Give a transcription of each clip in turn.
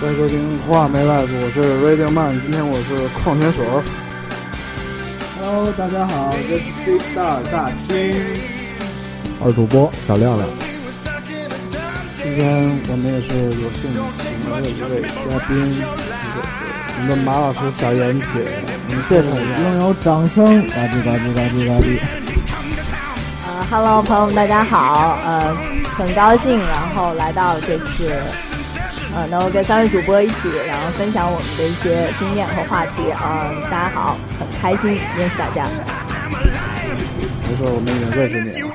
欢迎收听《话梅外部》，我是 Radio Man，今天我是矿泉水。Hello，大家好，这是 Big Star 大兴。二主播小亮亮，今天我们也是有幸请来了一位嘉宾，一个是我们的马老师小妍姐，你介绍一下。拥有掌声，嘎吱嘎吱嘎吱嘎吱。呃，Hello，朋友们，大家好，呃，很高兴，然后来到这次，呃，能够跟三位主播一起，然后分享我们的一些经验和话题，啊、呃，大家好，很开心认识大家，没事，我们已经认识 你了，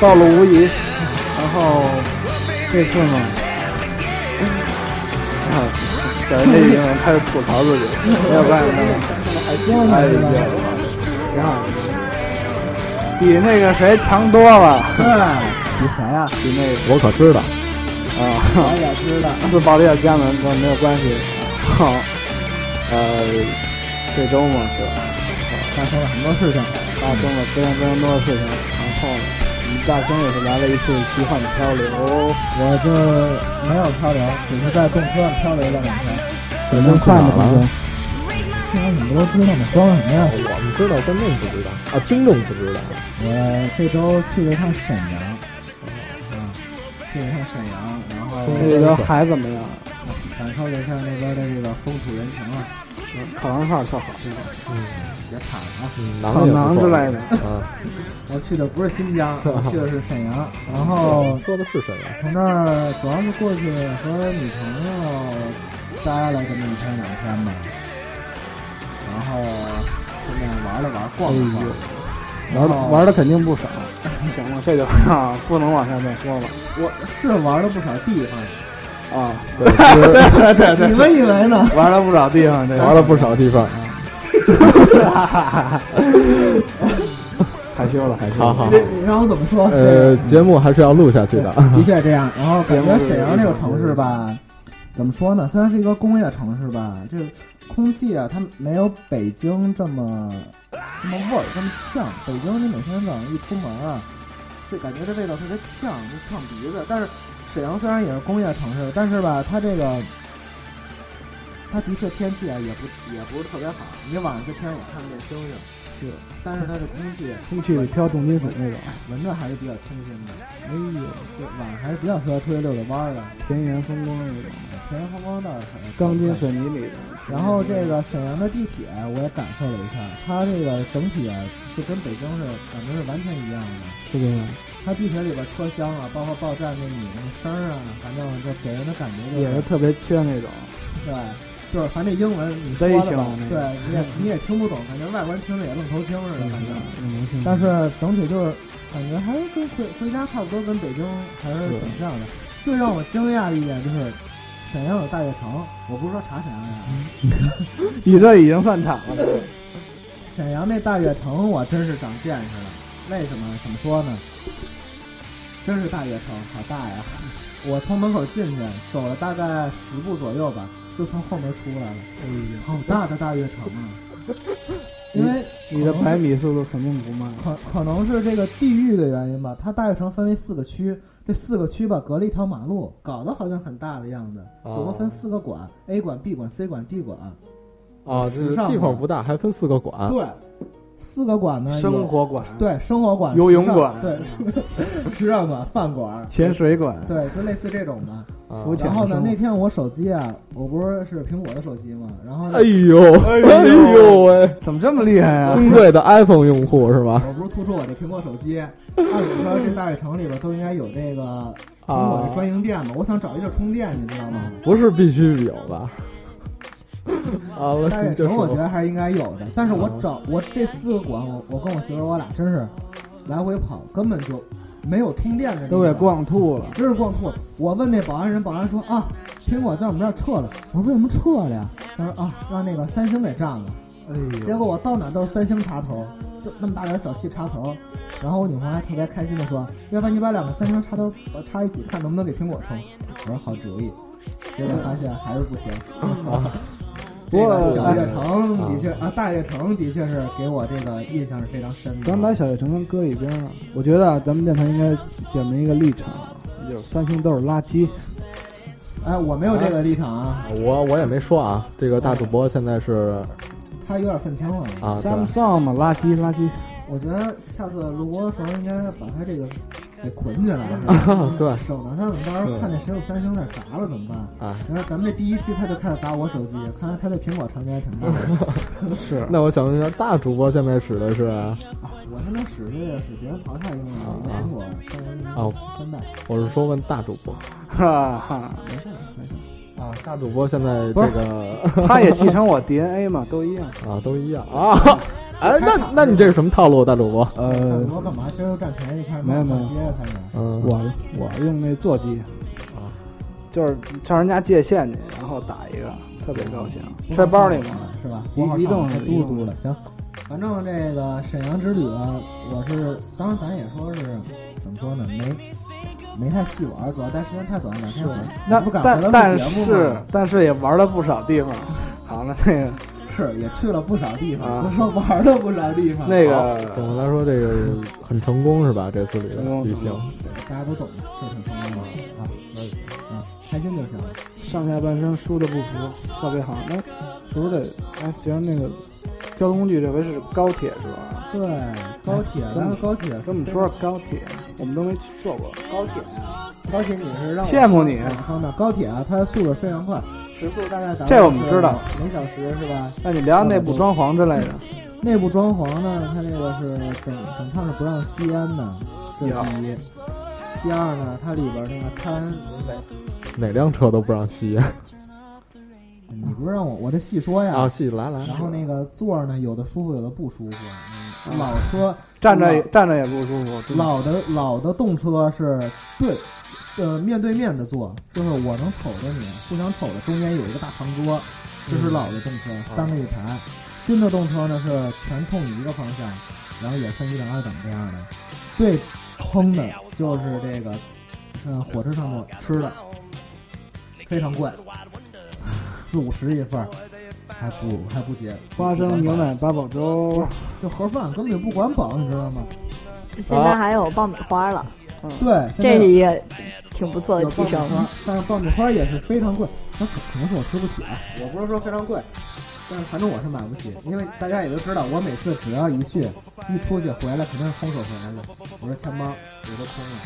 道路无遗。然后这次 呢，啊，小妍姐已经开始吐槽自 己，没有办法，太厉害了，挺好的，比那个谁强多 了，你谁呀？比那个我可知道，啊，也知道。自爆料加门跟没有关系。好，呃，这周嘛，对吧？发生了很多事情，发生了非常非常多的事情，然后呢，我们大兴也是来了一次奇幻的漂流，我就没有漂流，只是在动车上漂流了两天。水晶快吗水晶听了很多知道吗？装什么呀？我们知道，观众不知道啊，听众不知道。我这周去了一趟沈阳，啊，去了一趟沈阳，然后那个海怎么样？感受了一下那边的这个风土人情啊，烤羊串特好吃，别惨了。嗯，烤也不馕错之类的。啊，我去的不是新疆，我去的是沈阳，然后。说的是沈阳。从那儿主要是过去和女朋友待了这么一天两天吧，然后顺便玩了玩、逛了哎逛。玩的哦玩的肯定不少。行了，这就啊，不能往下再说了我是玩了不少地方，啊。对，其实对对你们以为呢？玩了不少地方，这个玩了不少地方。 害羞了，害羞好好，了。好这你让我怎么说？呃，节目还是要录下去的。 的确这样。然后感觉沈阳这个城市吧，怎么说呢？虽然是一个工业城市吧，这空气啊，它没有北京这么这么味儿，这么呛。北京你每天早上一出门啊，就感觉这味道特别呛，就呛鼻子。但是沈阳虽然也是工业城市，但是吧，它这个。它的确天气啊，也不也不是特别好。你晚上在天上也看不见星星，是，但是它的空气星期飘重金属那种，闻着还是比较清新的。哎呦，这晚上还是比较适合出去遛遛弯儿的。田园风光那种，田园风光倒是很钢筋水泥里的。然后这个沈阳的地铁我也感受了一下，它这个整体啊是跟北京是感觉是完全一样的。是这样，它地铁里边车厢啊，包括报站那你那声儿啊，反正就给人的感觉就也是特别缺那种。对，就是反正英文你说的吧 Station 那，个对，你也你也听不懂，感觉外国人听着也愣头青似的，反正。嗯但是整体就是感觉还是跟回回家差不多，跟北京还是挺像的。最让我惊讶的一点就是，沈阳有大悦城，我不是说查沈阳呀，嗯你这已经算惨了。沈阳那大悦城我真是长见识了。为什么？怎么说呢？真是大悦城，好大呀！我从门口进去，走了大概十步左右吧，就从后门出来了。哎好大的大悦 城啊！因为你的可能是百米速度肯定不慢。可可能是这个地域的原因吧，它大悦城分为四个区，这四个区吧隔了一条马路，搞得好像很大的样子。哦总共分四个馆，A 馆、B 馆、C 馆、D 馆。啊，这地方不大，还分四个馆。啊对，四个馆呢，有啊活馆、对生活馆、游泳时尚馆对 时尚馆、饭馆，潜水馆、对，就类似这种吧。啊浮潜然后呢生，活那天我手机啊，我不是是苹果的手机嘛，然后呢哎呦，哎哎呦呦喂，怎么这么厉害啊？尊贵的 iPhone 用户是吧？我不是突出我这苹果手机，按理说这大悦城里边都应该有这个苹果啊的，专营店嘛，我想找一地儿充电，你知道吗？不是必须有吧？啊，我 大悦就城是我觉得还是应该有的，但是我嗯找我这四个馆，我我跟我媳妇儿我俩真是来回跑，根本就没有充电的地方都给，逛吐了。真是逛吐了。我问那保安人，保安说啊，苹果在我们这儿撤了。我说为什么撤了呀？他说啊，让那个三星给占了。哎结果我到哪都是三星插头，就那么大点小细插头。然后我女朋友还特别开心的说：“要不然你把两个三星插头呃插一起，看能不能给苹果充。”我说好主意。结果发现还是不行。不这过个小悦哎城的确啊，大悦城的确是给我这个印象是非常深的。咱把小悦城跟搁一边了。我啊觉得啊咱们电台应该表明一个立场，就是三星都是垃圾。哎，我没有这个立场啊，我我也没说啊，这个大主播现在是他有点愤青了。啊，对 Samsung 嘛，垃圾垃圾，我觉得下次录播的时候应该把他这个给捆起来， 啊对 省得他等到时候看见谁有三星在砸了怎么办？啊，然后咱们这第一期他就开始砸我手机，看来他对苹果成见还挺大 的。是那我想问一下，大主播现在使的是啊我他妈使这个是别人淘汰用的，用苹果三三代，我是说问大主播哈哈，没事儿没事儿。啊，大主播现在不这是个他也继承我 DNA 嘛，都一样。啊都一样啊。 哎，那那你这是什么套路，大主播？大主呃，播干嘛？今儿又占便宜，开始没有没有逛街开始。嗯，我我用那座机，啊，就是上人家借线去，然后打一个，特别高兴，揣包里嘛。是吧？移移动是嘟嘟的，行。反正这个沈阳之旅啊，我是当然咱也说是怎么说呢，没没太细玩，主要待时间太短，两天回来那不敢回来但录但节目是嘛但是也玩了不少地方。好了，那啊个是也去了不少地方，啊不是说玩了不少地方，那总个的来说，这个很成功是吧？这次旅成功旅行，大家都懂，是挺成功的啊，所以啊，开心就行。上下半身输的不服，特别好。那是不是得哎？觉得那个交通工具这回是高铁是吧？对，高铁，跟我咱们们高铁，跟我们说说高铁，我们都没坐过。高铁，高铁你是让我羡慕你怎么说呢？高铁啊，它速度非常快，时速大概达到这我们知道，每小时是吧？那你聊内部装潢之类的。内部装潢呢，它这个是整整趟是不让吸烟的，这是第一。第二呢，它里边那个餐，哪辆车都不 让吸你不是让我我这细说呀？啊！戏来来，然后那个座儿呢，有的舒服，有的不舒服。嗯老车站着也嗯站着也不舒服，真的老的老的动车是对，呃，面对面的坐，就是我能瞅着你，互相瞅着，中间有一个大长桌，这是老的动车，三个一排。新的动车呢是全冲你一个方向，然后也分一等二等这样的。最坑的就是这个，嗯，火车上的吃的非常贵， 四五十一份儿，还不还不结花生牛奶八宝粥，就盒饭根本就不管饱，你知道吗？现在还有爆米花了，哦对，这现在是一个挺不错的有提爆米升。花，但是爆米花也是非常贵，那可可能是我吃不起啊。我不是说非常贵，但是反正我是买不起，因为大家也都知道，我每次只要一去一出去回来，肯定是空手回来的。我这钱包我都空了。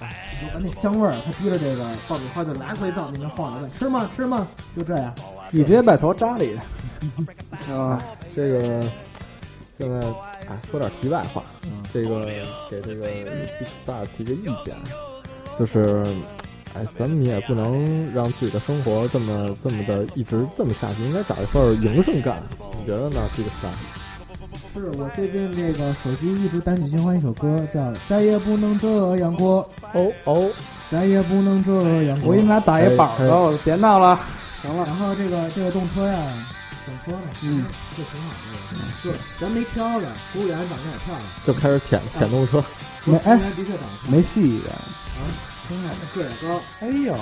哎那香味儿，他提着这个爆米花就来回在我面前晃着问：“吃吗？吃吗？”就这样，你直接把头扎 里，啊，这个现在哎，说点题外话，嗯这个给这个 Big Star 提个意见，啊就是哎，咱们也不能让自己的生活这么这么的一直这么下去，应该找一份营生干，你觉得呢，Big Star？是我最近这个手机一直单曲循环一首歌，叫《再也不能这样过》，哦哦，再也不能这样过。我给你俩打哎一板儿喽，别闹了，行了，然后这个这个动车呀，怎么说呢？嗯，这挺好的，是咱没挑的，服务员长得也漂亮，就开始舔舔动车，没服务哎员的确长得漂亮，没戏啊呀，真的个儿也高，啊哎呦，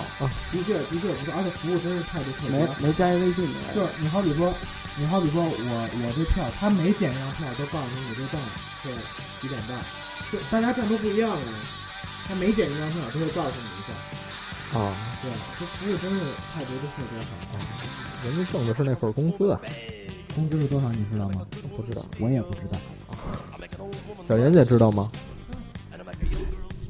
的确的确不错，而且服务真是态度特别没好。没加一微信呢，就是你好比说，你好比说我我这票，他每检一张票都告诉你这站是几点到，就大家站都不一样啊，他每检一张票都会告诉你一下，啊，对，这服务真是态度都特别好。人家挣的是那份工资啊，工资是多少你知道吗？不知道，我也不知道。小袁姐知道吗？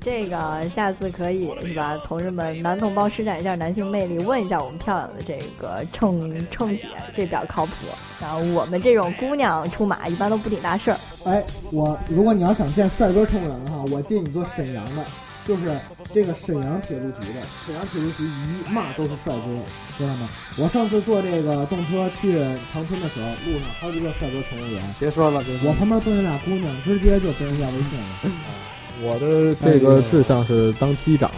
这个下次可以是吧，同志们，男同胞施展一下男性魅力，问一下我们漂亮的这个秤秤姐，这比较靠谱。然后我们这种姑娘出马一般都不顶大事儿，哎，我如果你要想见帅哥冲人的话，我建议你做沈阳的，就是这个沈阳铁路局的。沈阳铁路局一嘛都是帅哥，知道吗？我上次坐这个动车去长春的时候，路上好几个帅哥乘务员，别说了，别说我了，旁边坐那俩姑娘，直接就跟人要微信了。我的这个哎志向是当机长，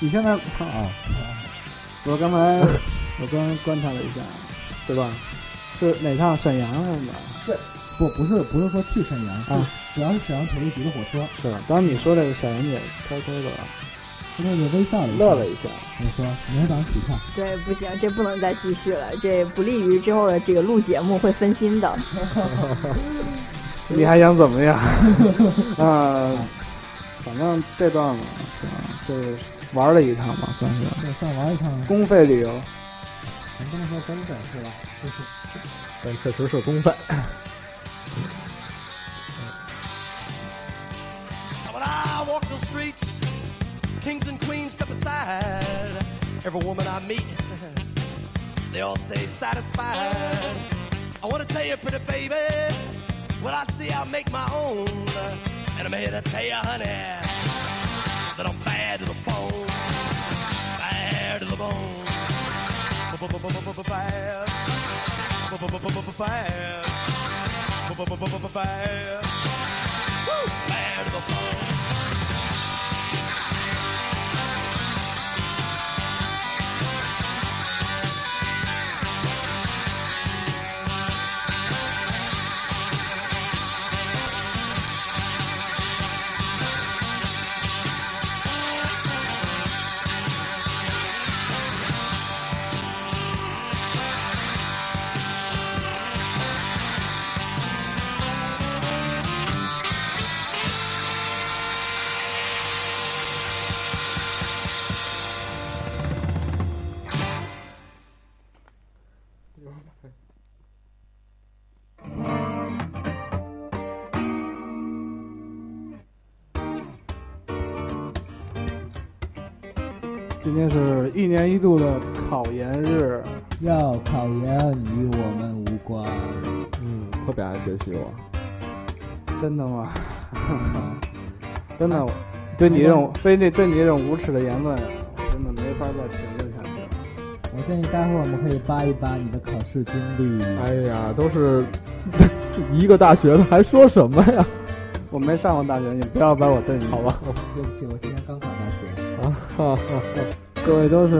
你现在啊，我刚才 我刚才观察了一下，对吧？是哪趟沈阳来的？不，不是，不是说去沈阳啊，主要是沈阳铁路局的火车。是，当你说这个小杨姐偷偷的他那个微笑了一下，乐了一下，我说明天早上起跳。这不行，这不能再继续了，这不利于之后的这个录节目会分心的。你还想 怎么样？啊，反正这段嘛，是吧就是玩了一趟吧，算是对，算玩一趟，公费旅游。咱不能说公费是吧？但确实是公费。 When I walk those streets, kings and queens step aside. Every woman I meet, they all stay satisfied. I want to tell you, pretty baby, what I see, I make my own. And I'm here to tell you, honey, that I'm bad to the bone. Bad to the bone. B-b-b-b-b-bad. B-b-b-b-b-bad. B-b-b-b-b-bad. Woo! Bad to the bone. 今天是一年一度的考研日，要考研与我们无 关。嗯，特别爱学习我。真的吗？真的，我对你这种非得对你这种无耻的言论，我真的没法再评论下去了。我建议待会儿我们可以扒一扒你的考试经历。哎呀，都是 一个大学的，还说什么呀？我没上过大学，你不要把我对你好吧，对不起，我今天刚考大学，哈哈， 各位都是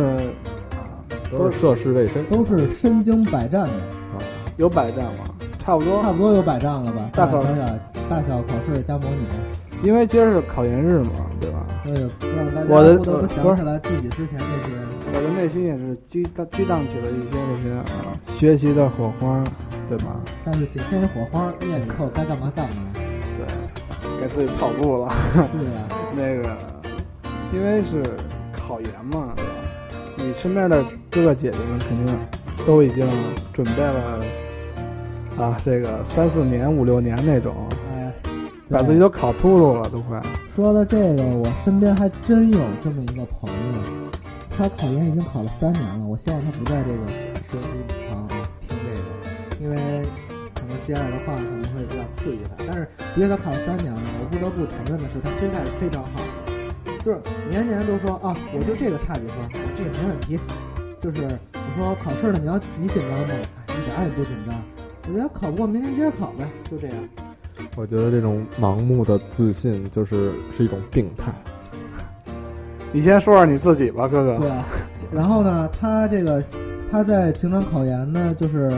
啊都是涉世未深都是身经百战的，啊。有百战吗？差不多差，不多有百战了吧？大大考小小大小考试加模拟，因为今儿是考研日嘛，对吧？所以让大家我的不得不不想是起来自己之前那些。我的内心也是激荡激荡起了一些这些啊学习的火花，对吧？但是仅限于火花，念以后该干嘛干 嘛。对，给自己跑步了。对呀、 那个，因为是考研嘛，对吧？你身边的哥哥姐姐们肯定都已经准备了啊，这个三四年、五六年那种，哎，把自己都考秃噜了，都快。说到这个，我身边还真有这么一个朋友，他考研已经考了三年了。我希望他不在这个收音机旁听这个，因为可能接下来的话可能会比较刺激他。但是的确他考了三年了，我不得不承认的是，他心态是非常好的，就是年年都说啊，我就这个差几分，我这个没问题。就是你说考试呢，你要你紧张吗？哎一点儿也不紧张。我觉得考不过，明天接着考呗，就这样。我觉得这种盲目的自信就是是一种病态。啊你先说说你自己吧，哥哥。对啊，然后呢，他这个他在平常考研呢，就是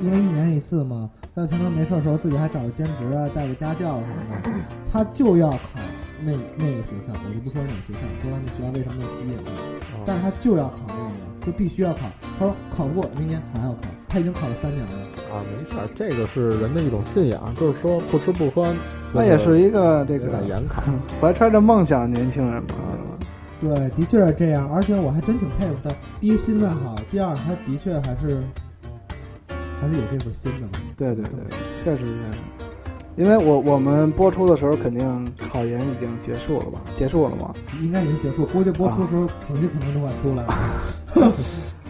因为一年一次嘛，在平常没事儿的时候，自己还找个兼职啊，带个家教什么的，他就要考那那个学校，我就不说哪个学校，不知道那学校为什么那么吸引他，但是他就要考那个，就必须要考。他说考不过，明年还要考，他已经考了三年了。啊，没事儿，这个是人的一种信仰，就是说不吃不喝，那也是一个这这个个严卡。怀揣着梦想的年轻人嘛，对吧对，的确是这样，而且我还真挺佩服他。第一，心态好；第二，他的确还是还是有这份心的嘛。对对对，确实是这样。因为我我们播出的时候，肯定考研已经结束了吧？结束了吗？应该已经结束，估计啊播出的时候成绩可能都快出来 了。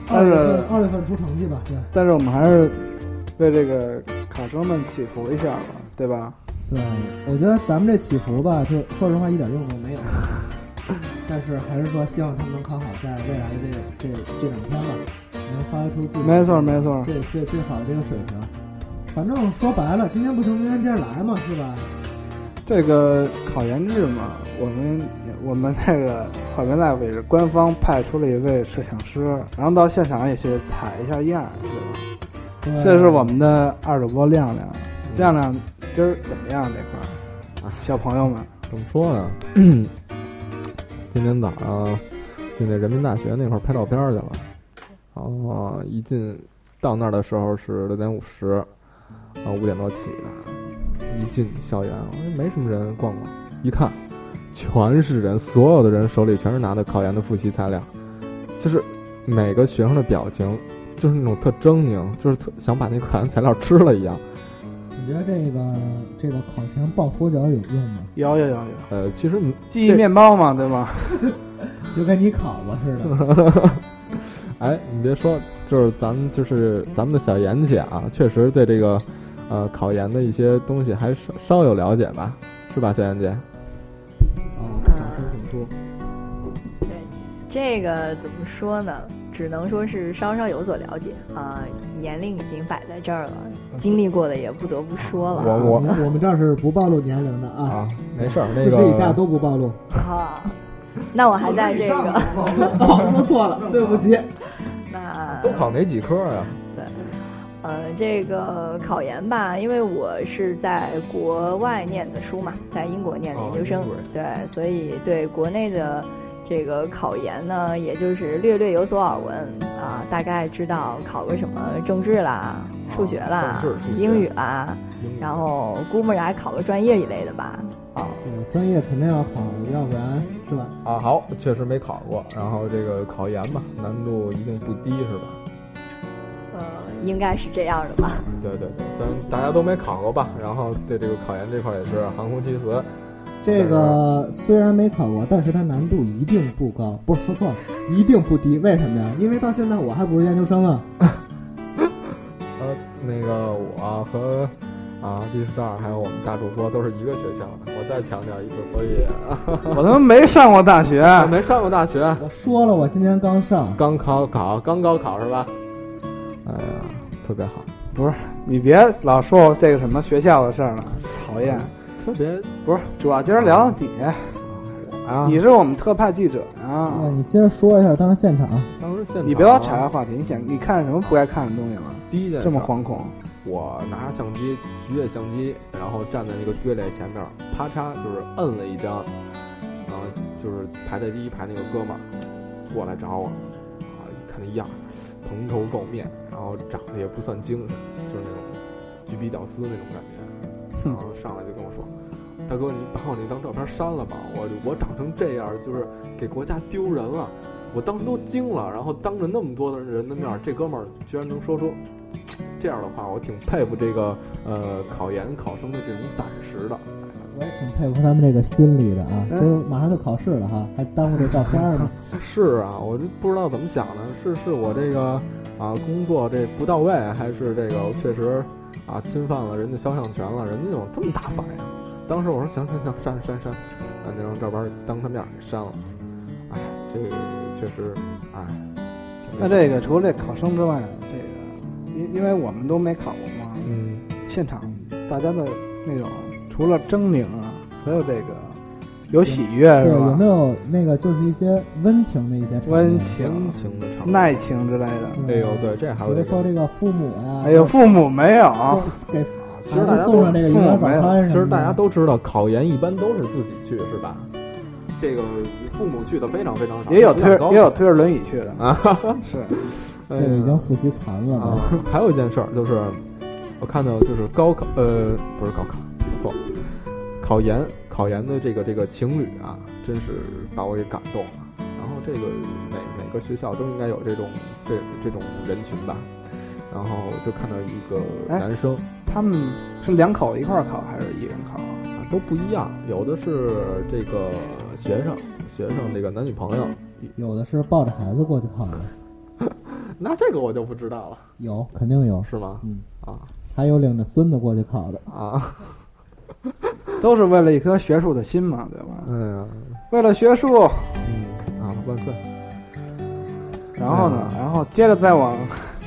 但二是月份，二月份出成绩吧，对但是我们还是为这个考生们祈福一下吧，对吧？对，我觉得咱们这起伏吧，就说实话一点用都没有。 但是还是说，希望他们能考好，在未来的这这这两天吧，能发挥出自己没错没错，最最最好的这个水平。反正说白了，今天不行，明天接着来嘛，是吧？这个考研日嘛，我们也我们那个海绵 life 也是官方派出了一位摄像师，然后到现场也去采一下样儿，对吧？对这是我们的二主播亮亮，亮亮今儿怎么样这块儿啊？小朋友们，怎么说呢？嗯今天早上去那人民大学那块儿拍照片儿去了，然后一进到那儿的时候是六点五十，啊然啊后五点多起的，一进校园我说没什么人，逛逛，一看全是人，所有的人手里全是拿的考研的复习材料，就是每个学生的表情，就是那种特狰狞，就是特想把那考研材料吃了一样。你觉得这个这个考前抱佛脚有用吗？有有有有，呃，其实记忆面包嘛，对吧？就跟你考过 似的。 哎，你别说，就是咱们就是咱们的小严姐啊，确实对这个呃考研的一些东西还稍稍有了解吧，是吧，小严姐？哦，掌声请出。对，这个怎么说呢？只能说是稍稍有所了解啊、年龄已经摆在这儿了，经历过的也不得不说了。我我我们我们这儿是不暴露年龄的啊，啊，没事儿，四那十以下个都不暴露。啊，那我还在这个，哦，说错了，对不起。 那都考哪几科啊呀、 呃，这个考研吧，因为我是在国外念的书嘛，在英国念的研究生，哦英国人对，所以对国内的这个考研呢，也就是略略有所耳闻啊、大概知道考个什么政治啦、数学啦、哦政治数学嗯英语啦，然后估摸着还考个专业一类的吧。哦，对，专业肯定要考，要不然是吧？啊，好，确实没考过。然后这个考研嘛，难度一定不低，是吧？呃，应该是这样的吧。 嗯对对对，虽然大家都没考过吧，然后对这个考研这块也是含糊其辞。这个虽然没考过，但是它难度一定不高，不是说错了，一定不低。为什么呀？因为到现在我还不是研究生啊。呃，那个我和啊 B star 还有我们大主播都是一个学校的，我再强调一次，所以我他妈没上过大学，啊没上过大学，我说了，我今年刚上，刚考考刚高考是吧？哎呀，特别好，你别老说我这个什么学校的事儿了，讨厌。特别不是，主要今儿聊聊你，啊！你是我们特派记者啊那，你接着说一下当时现场。啊当时现场你别老岔开话题，你想你看什么不该看的东西了？第一件这么事儿惶恐，我拿着相机，举着相机，然后站在那个队列前面，啪嚓就是摁了一张，然后就是排在第一排那个哥们儿过来找我，啊，一看那样儿，蓬头垢面，然后长得也不算精神，就是那种橘皮屌丝那种感觉，然后上来就跟我说。大哥，你把我那张照片删了吧！我我长成这样，就是给国家丢人了。我当时都惊了，然后当着那么多的人的面儿，这哥们儿居然能说出这样的话，我挺佩服这个呃考研考生的这种胆识的。我也挺佩服他们这个心理的啊，嗯都马上就考试了哈，还耽误这照片呢。是啊，我就不知道怎么想的，是是我这个啊工作这不到位，还是这个我确实啊侵犯了人家肖像权了？人家有这么大反应？当时我说行行行，删删删，把那张照片当他面给删了。哎，这个确实，哎，挺那这没个除了这考生之外，这个因因为我们都没考过嘛，嗯，现场大家的那种除了狰狞啊，还有这个有喜悦是对，有吧没？有那个就是一些温情的一些场面温温情、情的场面。耐情之类的。嗯哎呦，对，这比还有如得说这个父母啊，哎呦，父母啊没有，送给其实孩大子家送都上这个营养早餐其什么的。实大家都知道，考研一般都是自己去，是吧？这个父母去的非常非常少，也有质推量高着也有推着轮椅去的啊，嗯是哎这已经复习残了啊嘛。。还有一件事儿就是，我看到就是高考，呃，不是高考，说错了，考研考研的这个这个情侣啊，真是把我给感动了。然后这个每每个学校都应该有这种这这种人群吧。然后就看到一个哎男生。他们是两口子一块儿考还是一个人考？啊，都不一样，有的是这个学生，学生这个男女朋友，有的是抱着孩子过去考的，那这个我就不知道了，有肯定有，是吗？嗯，啊还有领着孙子过去考的。啊，都是为了一颗学术的心嘛，对吧？嗯哎呀，为了学术，嗯啊，万岁！然后呢，然后接着再往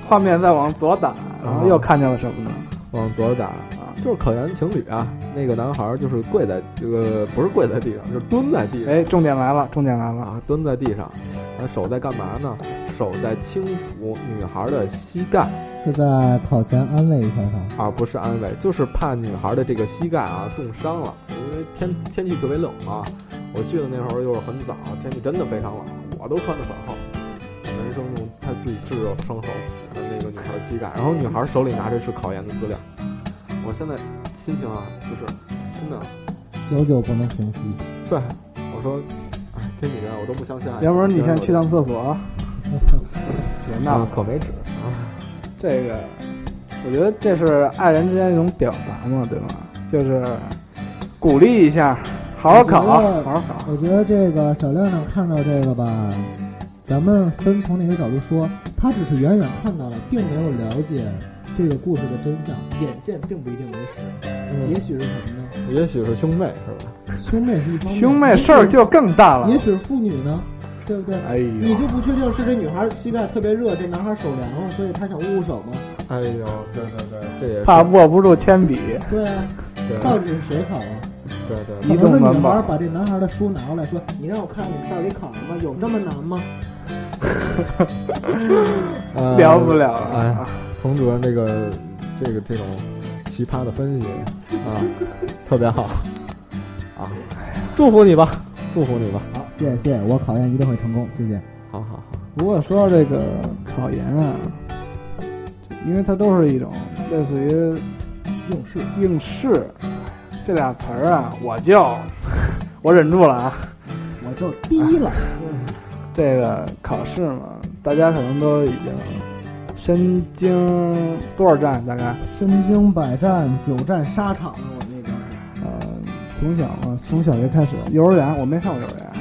画面再往左打，然后又嗯看见了什么呢？往左打，啊，就是考研情侣啊，那个男孩儿就是跪在这个不是跪在地上，就是蹲在地上，哎，重点来了，重点来了，啊，蹲在地上，啊，手在干嘛呢？手在轻抚女孩儿的膝盖。是在考前安慰一下他。啊，不是安慰，就是怕女孩的这个膝盖啊冻伤了，因为天天气特别冷啊。我去的那会儿又是很早，天气真的非常冷，我都穿的很厚。男生用他自己炙热的双手抚着那个女孩的膝盖，然后女孩手里拿着是考研的资料。我现在心情啊，就是真的久久不能平息，对，我说，哎，听你的我都不相信爱情。要不然你先去趟厕所啊。 行，那啊，可没纸啊。这个，我觉得这是爱人之间一种表达嘛，对吗？就是鼓励一下，好好考，啊好我觉得好考。我觉得这个小亮亮看到这个吧，咱们分从哪个角度说，他只是远远看到了，并没有了解这个故事的真相。眼见并不一定为实，也嗯，许是什么呢？也许是兄妹是吧？兄妹是一方面，兄妹事儿就更大了也。许是父女呢，对不对？哎呦，你就不确定是这女孩膝盖特别热，这男孩手凉了，所以他想捂捂手吗？哎呦，对对对，这也是怕握不住铅笔，对啊，对到底是谁考啊？对对，移可动能这环女保。孩把这男孩的书拿过来说，你让我看看你到底考什么？有这么难吗？呃聊不了了哎，彭主任这个这个这种奇葩的分析啊， 特别好啊，祝福你吧，祝福你吧，好，谢谢谢谢，我考验一定会成功，谢谢。好好好，不过说到这个考研啊，因为它都是一种类似于用事，应试这俩词儿啊，我就 我忍住了啊。我就第一了。这个考试嘛，大家可能都已经身经多少战，大概 身经百战，久战沙场。我那个呃，从小嘛，从小学开始，幼儿园我没上过幼儿园，啊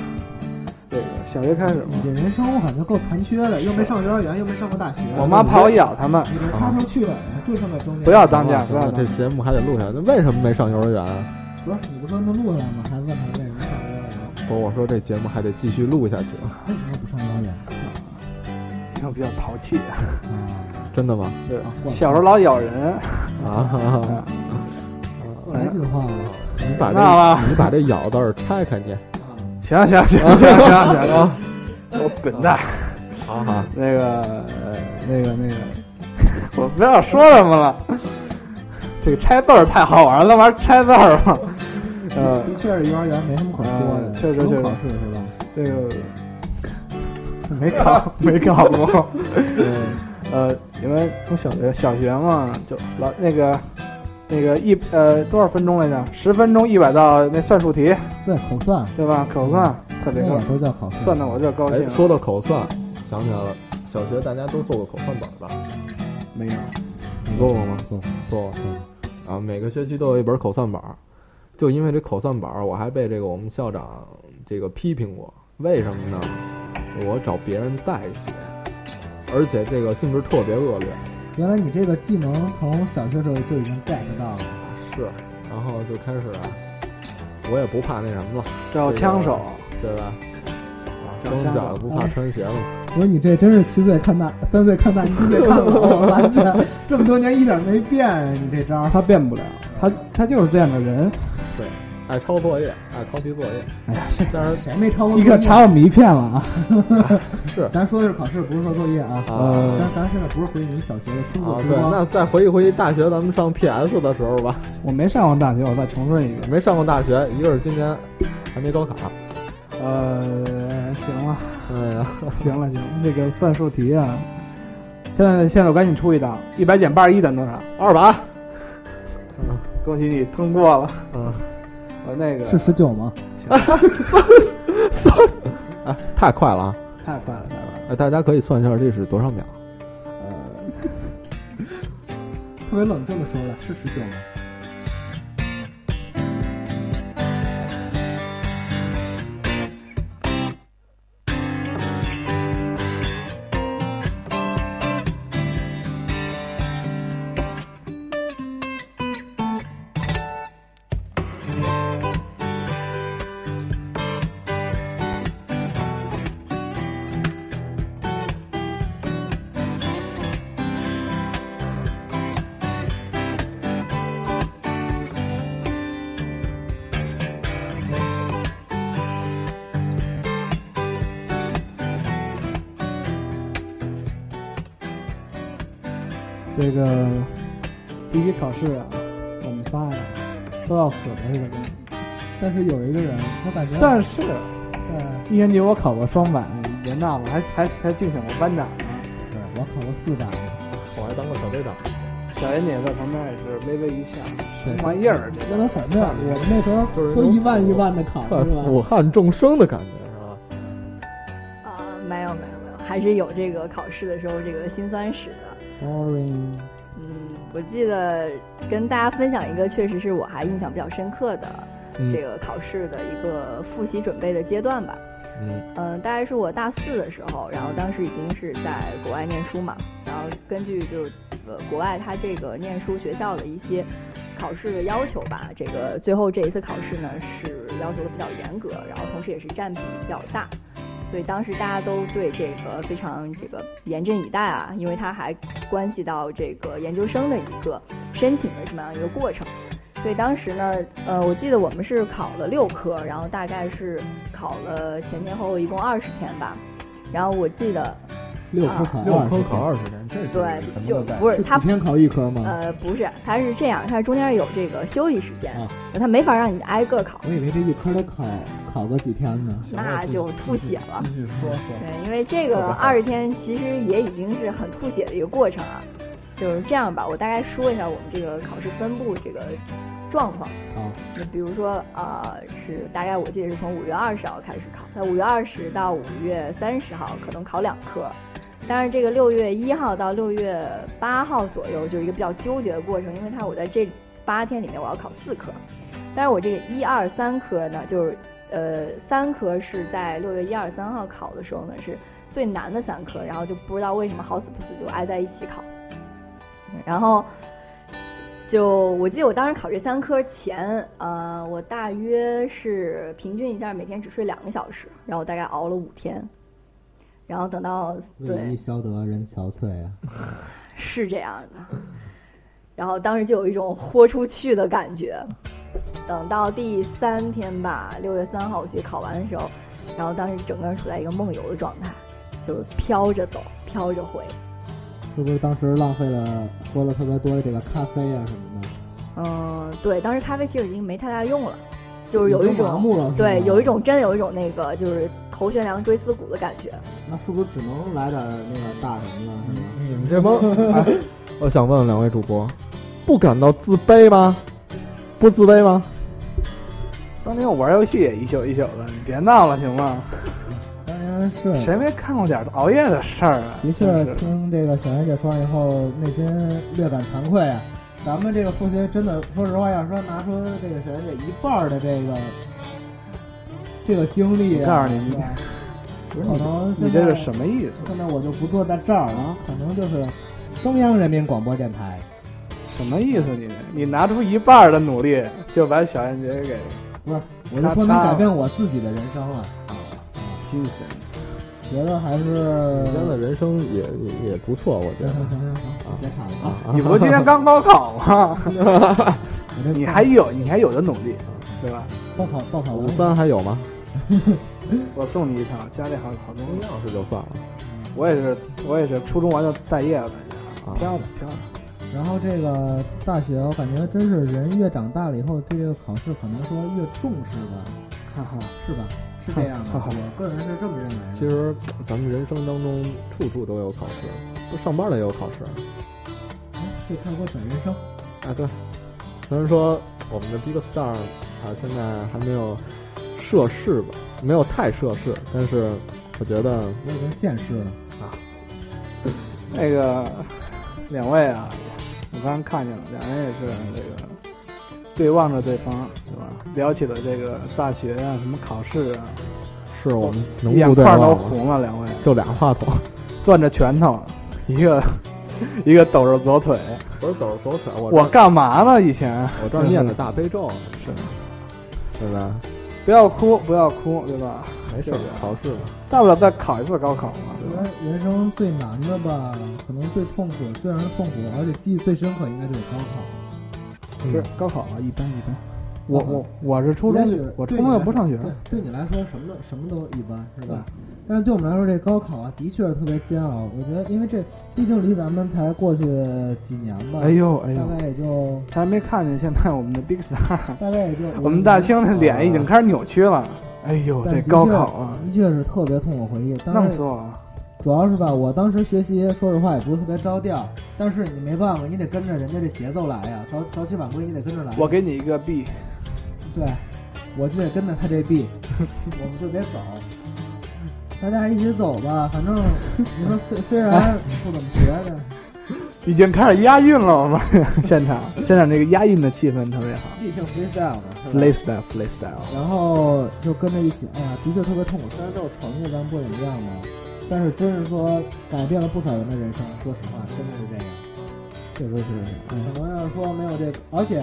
这个小学开始嘛你，这人生我感觉够残缺的，又又没没上幼儿园，又没上过大学，我妈怕我咬他们，你这掐头去尾的，就剩个中间。不要当家，不行要了当行了这家。节目还得录下来。那为什么没上幼儿园啊？不是你不说能录下来吗？还问他为什么上幼儿园？不是，我说这节目还得继续录下去，为什么不上幼儿园？因为我比较淘气， 啊，真的吗？对啊，小时候老咬人，啊，啊，后来进化了。你把那这吧你把这咬字儿拆开念， 行行行行行 行行，我滚蛋。好好，那个呃那个那 个，我不知道说什么了。这个拆字儿太好玩了，玩拆字儿嘛。呃，的确是幼儿园没什么可说的，嗯确实不确用实考试是吧？这个没考没考 过。呃，因为从小学小学嘛，就老那个那个一呃多少分钟来着？十分钟一百道那算术题，对，口算对吧？口算特别那高也，都叫考试。算的我这高兴嗯哎，了。说到口算，想起来了，小学大家都做过口算本吧？没有？你做过吗？做过做嗯过，啊，每个学期都有一本口算本儿，就因为这口算本儿，我还被这个我们校长这个批评过。为什么呢？我找别人代写，而且这个性质特别恶劣。原来你这个技能从小学时候就已经 get 到了，是，然后就开始啊，我也不怕那什么了，找枪手，对吧？啊，找光枪脚手不怕穿鞋嘛。不是你这真是七岁看大， 三岁看大，七岁看老。 我发现这么多年一点没变啊，你这招儿。他变不了，他他就是这样的人。爱抄作业，爱抄题作业。哎呀，谁但谁没抄过？你可查我迷骗了啊！是啊，咱说的是考试，不是说作业啊。呃咱咱现在不是回忆你小学的青啊，涩时对，那光。再回忆回忆大学咱们上 PS 的时候吧。我没上过大学，我再重申一遍。没上过大学，一个是今年还没高考。呃，行了，哎呀，行了，行了，这个算术题啊，现在现在我赶紧出一道，一百减八十一等于多少？二百，恭喜你通过了。嗯，我那个是十九吗？哎，太快了啊！太快了，太快了。哎，大家可以算一下这是多少秒？呃，特别冷静的说了，是十九吗？这个提起考试啊，我们仨呀、都要死了这个东西。但是有一个人，我感觉呃但是在一年级我考过双百，人呐，我还还还竞选过班长呢。对我考过四百，我还当过小队长。小妍姐在旁边也是微微一笑，什么玩意儿？这那都什么呀？我们那时候都一万一万的考特是俯吧？瞰众生的感觉是吧？呃，没有没有没有，还是有这个考试的时候这个辛酸史的。 boring，嗯，我记得跟大家分享一个，确实是我还印象比较深刻的嗯这个考试的一个复习准备的阶段吧。嗯嗯，大概是我大四的时候，然后当时已经是在国外念书嘛，然后根据就是呃国外他这个念书学校的一些考试的要求吧，这个最后这一次考试呢是要求的比较严格，然后同时也是占比比较大，所以当时大家都对这个非常这个严阵以待啊，因为它还关系到这个研究生的一个申请的这么样一个过程。所以当时呢，呃，我记得我们是考了六科，然后大概是考了前前后后一共二十天吧。然后我记得，六科考六二十科天考二十天，这是对什，么就都在不是就他 几天考一科吗？呃，不是，它是这样，它中间有这个休息时间啊，它没法让你挨个考，我嗯以为这一科得考考个几天呢。 那就吐血了。继续说说。对，因为这个二十天其实也已经是很吐血的一个过程啊。就是这样吧，我大概说一下我们这个考试分布这个状况。啊，就比如说，呃，是大概我记得是从五月二十号开始考，那五月二十到五月三十号可能考两科，但是这个六月一号到六月八号左右就是一个比较纠结的过程，因为它我在这八天里面我要考四科，但是我这个一二三科呢，就是呃三科是在六月一二三号考的时候呢是最难的三科，然后就不知道为什么好死不死就挨在一起考，然后。就我记得我当时考这三科前，呃，我大约是平均一下每天只睡两个小时，然后我大概熬了五天，然后等到为对伊消得人憔悴啊！是这样的，然后当时就有一种豁出去的感觉。等到第三天吧，六月三号我去考完的时候，然后当时整个人处在一个梦游的状态，就是飘着走，飘着回。是不是当时浪费了喝了特别多的这个咖啡啊什么的？嗯，对，当时咖啡其实已经没太大用了，就是有一已经麻种木了，是吧对，有一种真有一种那个就是头悬梁锥刺股的感觉。那是不是只能来点那个大什么了？是吧你们这帮，哎， 我想问问两位主播，不感到自卑吗？不自卑吗？当年我玩游戏也一宿一宿的，你别闹了行吗？当然是谁没看过点熬夜的事儿啊？的真确，是听这个小妍姐说完以后，内心略感惭愧啊。咱们这个复习真的，说实话，要说拿出这个小妍姐一半儿的这个这个经历、啊，我告诉你是吧可能你现在这是什么意思？现在我就不坐在这儿了，啊可能就是中央人民广播电台。什么意思你？你拿出一半儿的努力就把小燕姐给不是，我就说能改变我自己的人生了，惊醒。 觉得还是你现在人生也也也不错，我觉行行行得。行行，别吵嗯了啊！你不今天刚高考吗？我这你还有你还有的努力，对吧？报考报考五完三还有吗？我送你一趟，家里好好东一西。样是就算了。我也是，我也是初中完就待业了，啊飘着飘着。然后这个大学，我感觉真是人越长大了以后，对这个考试可能说越重视吧，哈哈，是吧？是这样的，我个人是这么认为的。其实咱们人生当中处处都有考试，不上班了也有考试。哎这开锅转人生，啊，对。虽然说我们的 Big Star 啊，现在还没有涉世吧，没有太涉世，但是我觉得我已经现世了。那个两位啊，我刚刚看见了，两位也是这个对望着对方，对吧？聊起了这个大学啊，什么考试啊，是我们能眼不对眶都望吗？红了。两位就俩话筒，攥着拳头，一个 一个抖着左腿， 不是抖抖腿，我我干嘛呢？以前我这儿念的大悲咒呢，是， 对吧？不要哭，不要哭，对吧？没事是的儿，考 试嘛。大不了再考一次高考嘛，对我吧？觉得人生最难的吧，可能最痛苦、最让人痛苦，而且记忆最深刻，应该就是高考。是高考啊，一般一般。我我我是初也中许就，我初对中你就来不上学，对，对你来说什么都什么都一般，是吧？但是对我们来说，这高考啊，的确是特别煎熬。我觉得，因为这毕竟离咱们才过去几年吧，哎呦哎大呦，概也就还没看见现在我们的 Big Star，大概也就 我们大兴的脸已经开始扭曲了。哎呦，但这的确高考啊，的确是特别痛苦回忆。弄当死时我了！主要是吧，我当时学习，说实话也不是特别着调，但是你没办法，你得跟着人家这节奏来呀，早早起晚归你得跟着来。我给你一个 B，对，我就得跟着他这 B，我 们就得走，大家一起走吧。反正你说虽虽然不怎么学的，已经开始押韵了，我 们现场现场这个押韵的气氛特别好即兴 freestyle 嘛是吧，freestyle freestyle。然后就跟着一起，哎呀，的确特别痛苦。虽然都是成绩，咱不怎么样嘛，但是真是说改变了不少人的人生。说实话，真的是这样。哎确实是这样。可能要是说没有这个，而且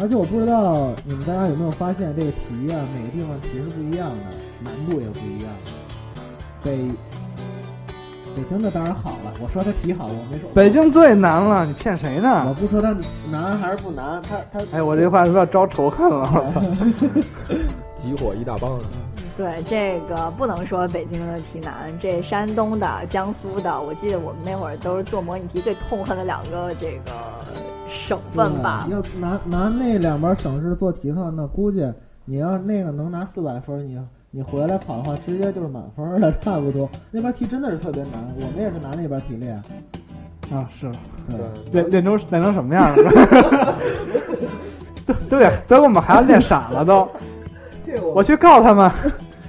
而且我不知道你们大家有没有发现，这个题啊，每个地方题是不一样的，难度也不一样。北北京的当然好了，我说它题好，我没说北，京最难了，你骗谁我呢？不说它难还是不难，它它哎，我这话是不是要招仇恨了？我操！集火一大帮人，对，这个不能说北京的题难，这山东的、江苏的，我记得我们那会儿都是做模拟题最痛恨的两个这个省份吧。啊要拿拿那两边省市做题的话，那估计你要那个能拿四百分儿，你你回来跑的话，直接就是满分儿了，差不多。那边题真的是特别难，我们也是拿那边题练。啊，是对，对，练练成练成什么样了？ 都都得都给我们孩子练傻了都，这个我去告他们。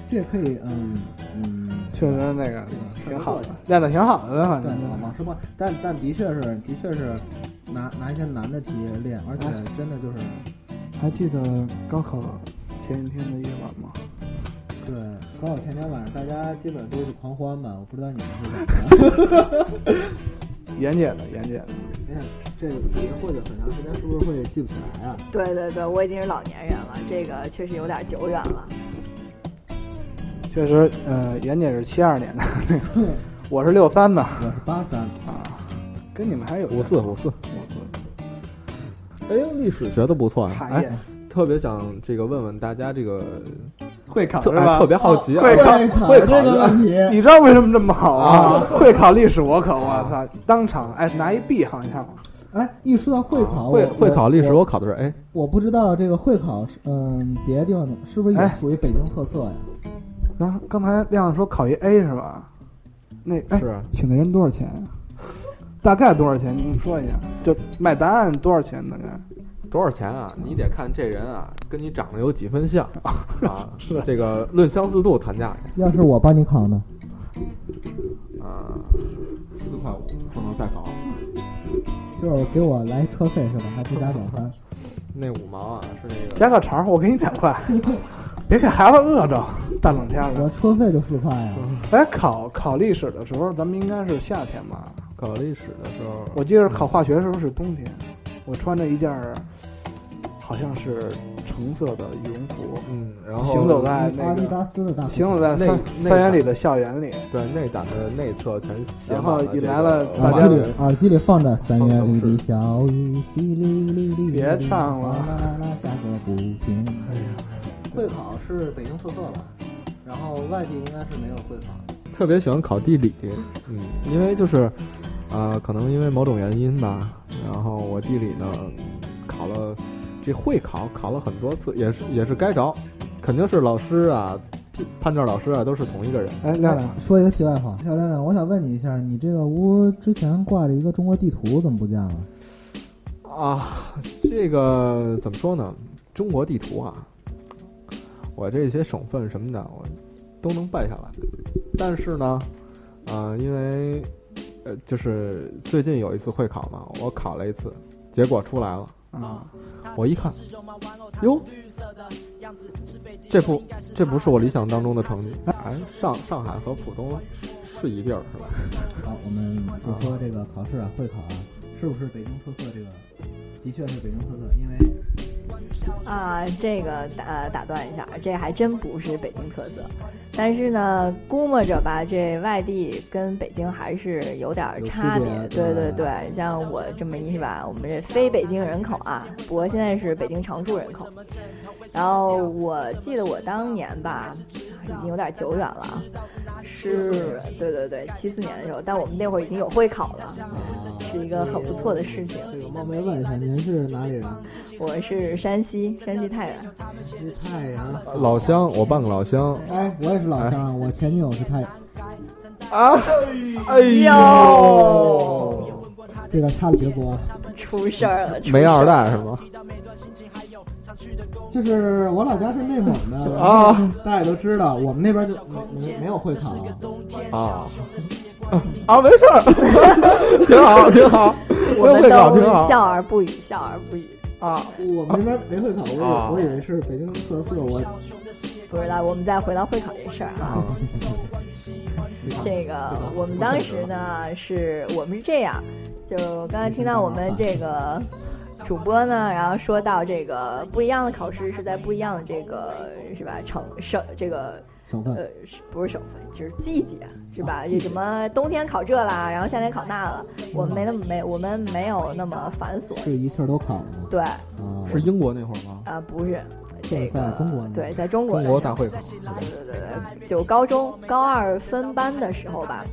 这可以，嗯嗯，确实那个挺好的，练的挺好的，反对正，往往直播，但但的确是，的确是拿拿一些难的题练，而且真的就是还记得高考前一天的夜晚吗？对。高考前天晚上，大家基本上都是狂欢吧，我不知道你们是怎么样。严姐的，严姐的，哎呀，这个已经过去很长时间，是不是会记不起来啊？对对对，我已经是老年人了，这个确实有点久远了。确实，呃，严姐是七二年的，我是六三的我是八三，啊，跟你们还有五四五四，五四，哎，历史学的不错啊，寒哎，夜特别想这个问问大家这个会考特是哎吧哦特？别好奇啊，会考会这考个问题，你知道为什么这么好啊？会考历史，我可我操，当场哎拿一 B 好像，哎，一说到会考，会我会考历史，我我考的是哎，我不知道这个会考是，嗯，别的地方是不是也哎属于北京特色呀？然后啊刚才亮亮说考一 A 是吧？那哎是，啊请的人多少钱呀、大概多少钱？你跟我说一下，就买答案多少钱大概？多少钱啊？你得看这人啊，跟你长得有几 分像啊，是这个论相似度谈价去要是我帮你考呢？啊，四块五不能再高，就是给我来车费是吧？还不加早餐？那五毛啊是那个加个肠，我给你两块， 别给孩子饿着。大冷天我的，车费就四块呀。哎，考考历史的时候，咱们应该是夏天吧？考历史的时候，我记得考化学的时候是冬天，我穿着一件儿好像是橙色的羽绒服，嗯，然后行走在哎那阿迪个达斯的大腿行走在那三那三元里的校园里，对内胆的内侧全写然满后了引这来个了大花家耳机的里耳机里放着三放月手里的势小雨，淅沥沥沥，别唱了哗啦啦啦下个不停。哎会考是北京特色吧，然后外地应该是没有会考。特别喜欢考地理，嗯，因为就是，呃，可能因为某种原因吧，然后我地理呢考了这会考考了很多次，也是也是该着，肯定是老师啊判判卷老师啊都是同一个人，哎，亮亮，说一个题外话，小亮亮，我想问你一下，你这个屋之前挂着一个中国地图，怎么不见了？啊，这个怎么说呢？中国地图啊，我这些省份什么的，我都能背下来。但是呢，呃，因为呃，就是最近有一次会考嘛，我考了一次，结果出来了，啊，我一看，哟，这不这不是我理想当中的成绩。哎，上上海和浦东是一地儿是吧？好，我们就说这个考试啊，会考啊，是不是北京特色？这个的确是北京特色，因为啊，这个打呃打断一下，这还真不是北京特色，但是呢，估摸着吧，这外地跟北京还是有点儿有区差别别。对对对对，像我这么一是吧，我们这非北京人口啊，我现在是北京常住人口。啊然后我记得我当年吧，已经有点久远了啊，是对对对，七四年的时候，但我们那会儿已经有会考了，是一个很不错的事情。呃这个冒昧问一下，您是哪里人？我是山西，山西太原。是太原。老乡，我半个老乡，哎，我也是老乡啊，我前女友是太啊！哎呦，这个差了别播，出事儿了，出没事儿二了代是吗？就是我老家是内蒙的啊，大家也都知道，我们那边就没没没有会考，啊啊，没事儿，挺好，挺好，我也们会考，挺都好笑而不语，笑而不语。啊。我们那边没会考，我以啊我以为是北京特色，我 不知道，我们再回到会考这事儿啊。这个我们当时呢是我们是这样，就刚才听到我们这个主播呢，然后说到这个不一样的考试是在不一样的这个是吧城省这个省份呃是不是省份就是季节是吧？就什么冬天考这啦，然后夏天考那了，我们没那么没我们没有那么繁琐，是一气儿都考了吗？对啊、啊，是英国那会儿吗？呃不是这个在中国呢对在中国中的国时候大会考，对对对，就高中高二分班的时候吧，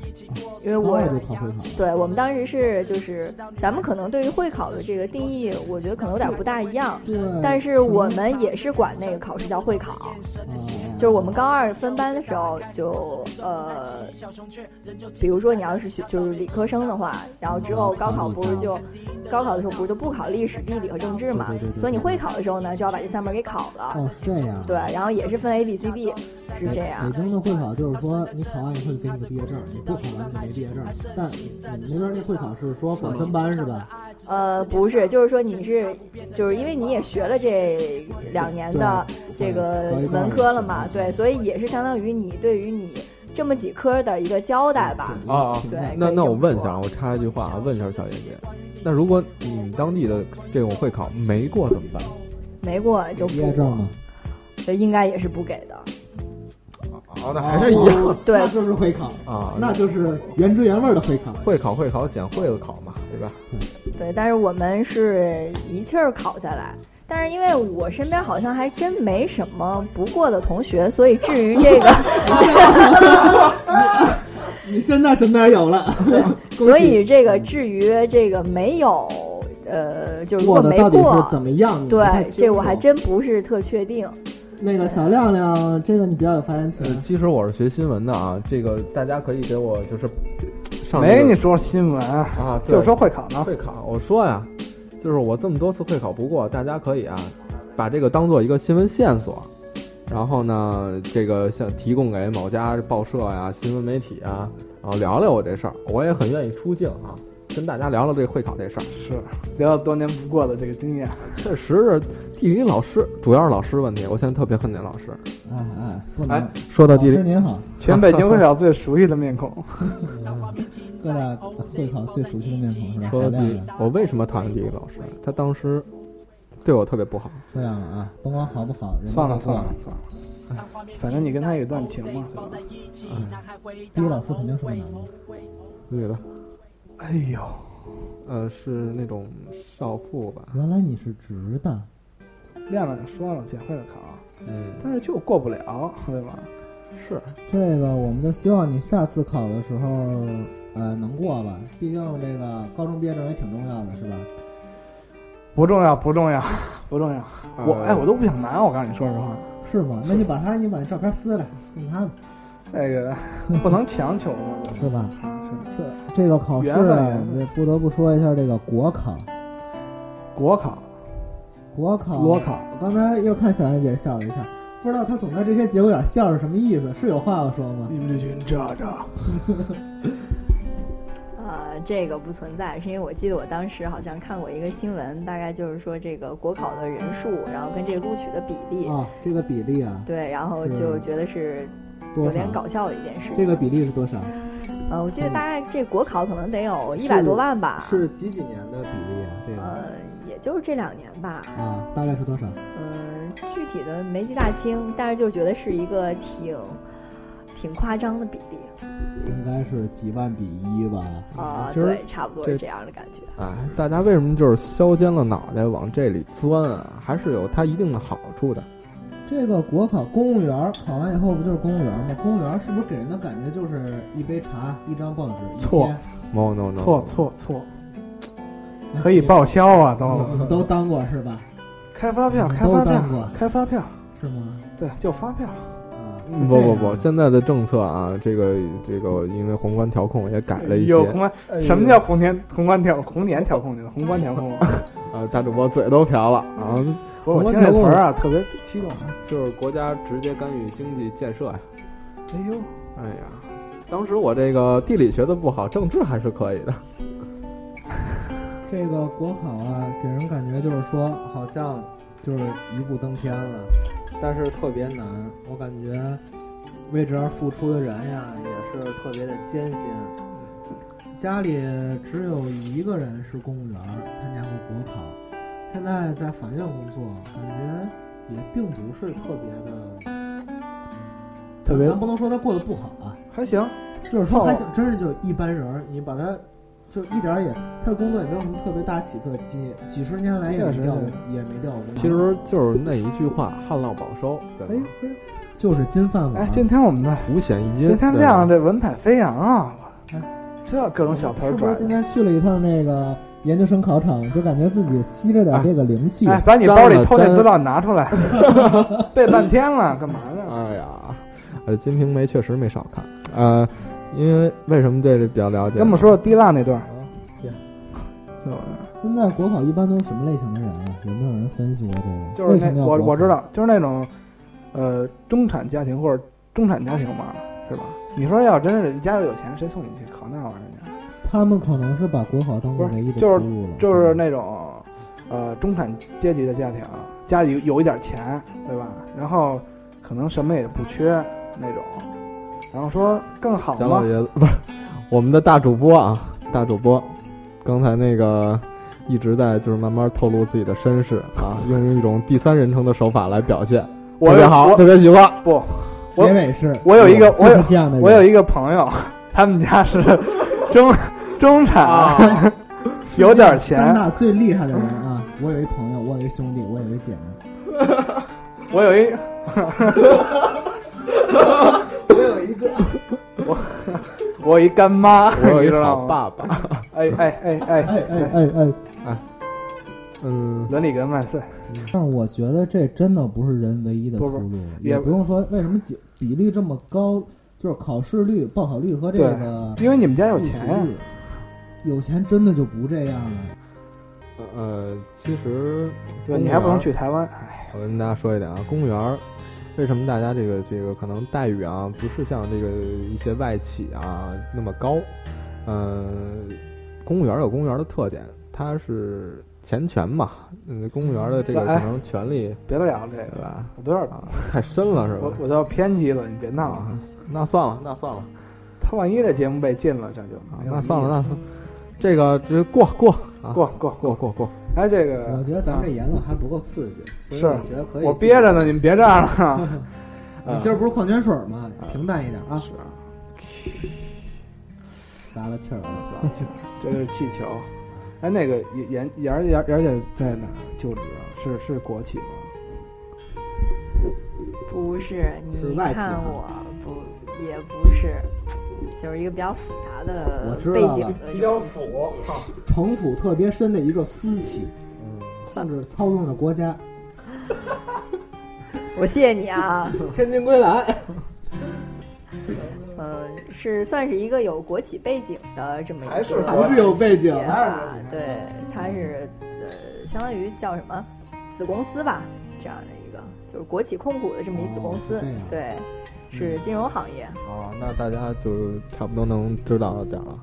因为嗯高我二就考会考了。对我们当时是就是咱们可能对于会考的这个定义，我觉得可能有点不大一样。对，但是我们也是管那个考试叫会考，啊就是我们高二分班的时候就呃，比如说你要是学就是理科生的话，然后之后高考不是就高考的时候不是就不考历史、地理和政治嘛对对对，对所以你会考的时候呢就要把这三门给考了，哦，是这样。对，然后也是分 A、B、C、D 是北这样嗯北。京的会考就是说，你考完以后就给你个毕业证，你不考完就没毕业证。但是你那边那会考是说管分班是吧？呃，不是，就是说你是，就是因为你也学了这两年的这个文科了嘛，对，所以也是相当于你对于你这么几科的一个交代吧。哦啊啊对，那可以那这我么问一说下，啊，我插一句话啊，问一下小姐姐，那如果你们当地的这种会考没过怎么办？没过就毕业不，证嘛，就应该也是不给的。啊，那还是一样哦对那就是会考，啊，那就是原汁原味的会考。会考会考减会了考嘛，对吧？对，但是我们是一气儿考下来。但是因为我身边好像还真没什么不过的同学，所以至于这个你现在身边有了，所以这嗯个至于这个没有，呃，就是如果过的没到底过，是怎么样？你不太对清，楚这我还真不是特确定。那个小亮亮，这个你比较有发言呃权，。其实我是学新闻的啊，这个大家可以给我就是上没那个你说新闻，啊，对就说会考呢。会考，我说呀，就是我这么多次会考不过，大家可以啊，把这个当做一个新闻线索，然后呢，这个像提供给某家报社呀、新闻媒体啊，然后聊聊我这事儿，我也很愿意出镜啊，跟大家聊聊这个会考这事儿。是聊聊多年不过的这个经 验。确实是地理老师，主要是老师问题，我现在特别恨那老师。哎哎，不哎能。，说到老地师理，您好，全北京会考最熟悉的面 孔，各大会考最熟悉的面孔是吧？说小到地亮理亮，，我为什么讨厌地理老师？啊他当时对我特别不好。这样了啊，甭管好不好，人家算了都算过了算了，反正你跟他有段情嘛。对吧第一老师肯定是个男的，女的， 哎呦，呃，是那种少妇吧？原来你是直的，亮亮说了，姐会考，嗯，但是就过不了，对吧？是。这个我们就希望你下次考的时候，呃，能过吧。毕竟这个高中毕业证也挺重要的，是吧？不重要，不重要， 不重要。我呃哎，我都不想拿，我告诉你，说实话，是吗？那你把它，你把照片撕来给他们，这个不能强求嘛，对吧对吧？是是这个考试缘分啊缘，分这不得不说一下这个国考，国考、国考，裸。考，我刚才又看小燕姐笑了一下，不知道她总在这些节骨眼笑是什么意思？是有话要说吗？你们这群渣渣。呃，这个不存在，是因为我记得我当时好像看过一个新闻，大概就是说这个国考的人数，然后跟这个录取的比例，啊，这个比例啊，对，然后是就觉得是有多点少？搞笑的一件事情。这个比例是多少？呃，我记得大概这国考可能得有是一百多万吧，是几几年的比例啊？这个啊呃，也就是这两年吧，啊，大概是多少？嗯、具体的没记大清，但是就觉得是一个挺挺夸张的比例应该是几万比一吧？啊、其实对，差不多这是这样的感觉。哎，大家为什么就是削尖了脑袋往这里钻啊？还是有它一定的好处的。这个国考公务员儿考完以后不就是公务员儿吗？公务员儿是不是给人的感觉就是一杯茶、一张报纸？一错天啊 No no no，错错错，可以报销啊， 你都们都当过是吧？开发票，你们开发都当票，过开发票，是吗？对，就发票。啊，不不不，现在的政策啊，这个这个，因为宏观调控也改了一些。有宏观？什么叫宏年宏观调宏年调控去了？宏观调控啊！啊，大主播嘴都瓢了啊！不是我听这词儿啊，特别激动。就是国家直接干预经济建设呀、啊！哎呦，哎呀，当时我这个地理学的不好，政治还是可以的。这个国考啊，给人感觉就是说，好像就是一步登天了，但是特别难。我感觉为这而付出的人呀，也是特别的艰辛。家里只有一个人是公务员，参加过国考，现在在法院工作，感觉也并不是特别的，特别咱不能说他过得不好啊，还行，就是哦说还行，真是就一般人，你把他。就一点也，他的工作也没有什么特别大起色，几几十年来也没掉过，也没掉过工。其实就是那一句话，旱涝保收，对吧？哎，就是金饭碗。哎，今天我们的五险一金，今天亮这文采飞扬啊！哎、这各种小词儿是不是今天去了一趟那个研究生考场，就感觉自己吸着点这个灵气？哎，把你包里偷那资料拿出 来，背半天了，干嘛呢？哎呀，呃，《金瓶梅》确实没少看，呃。因为为什么对这比较了解？跟我们说说滴蜡那段。对、哦，现在国考一般都是什么类型的人啊？有没有人分析过这就个？是那我我知道，就是那种，呃，中产家庭或者中产家庭嘛，是吧？你说要真是你家里有钱，谁送你去考那玩意儿去？他们可能是把国考当做唯一的出路了。就是就是那种，呃，中产阶级的家庭，家里有一点钱，对吧？然后可能什么也不缺那种。然后说更好蒋老爷子不是 我们的大主播啊，大主播，刚才那个一直在就是慢慢透露自己的身世 啊，用一种第三人称的手法来表现，我特别好，特别 喜欢。不，结尾是，我有一个，我有这样的，我有一个朋友， 他们家是中中产，啊、有点钱。三大最厉害的人啊，我有一朋友，我有一兄弟，我有一姐妹， 我有一。 我有一个，我我一干妈，我有一个爸爸。哎哎哎哎哎哎哎哎，嗯，伦理革命万岁！但是我觉得这真的不是人唯一的出路，也不用说为什么比比例这么高，就是考试率、报考率和这个，因为你们家有钱啊嗯呀，有钱真的就不这样了。呃，其实啊对你还不能去台湾。哎我跟大家说一点啊，公务员。为什么大家这个这个可能待遇啊，不是像这个一些外企啊那么高？嗯、呃，公务员有公务员的特点，他是钱权嘛。嗯，公务员的这个可能权利、哎、别聊这个吧，我都要、啊、太深了是吧？我我要偏激了，你别闹啊！那算了，那算了，他万一这节目被禁了，这就那算了，那这个直接过过啊过过过过过。哎，这个我觉得咱们这言论还不够刺激，是我觉得可以。我憋着呢，你们别这样 了。啊你今儿不是矿泉水吗？平淡一点啊。是。撒了气儿了，撒了气儿。啊这是气球。哎，那个严严严严姐在哪就职啊？是是国企吗？不是，你看我不也不是，就是一个比较复杂的背景的比较复。城府特别深的一个私企，控制操纵着国家。我谢谢你啊！千金归来。呃，是算是一个有国企背景的这么一个，还是还是有背景吧？对，它是呃，相当于叫什么子公司吧？这样的一个，就是国企控股的这么一子公司，哦、对，嗯是金融行业。哦，那大家就差不多能知道点了。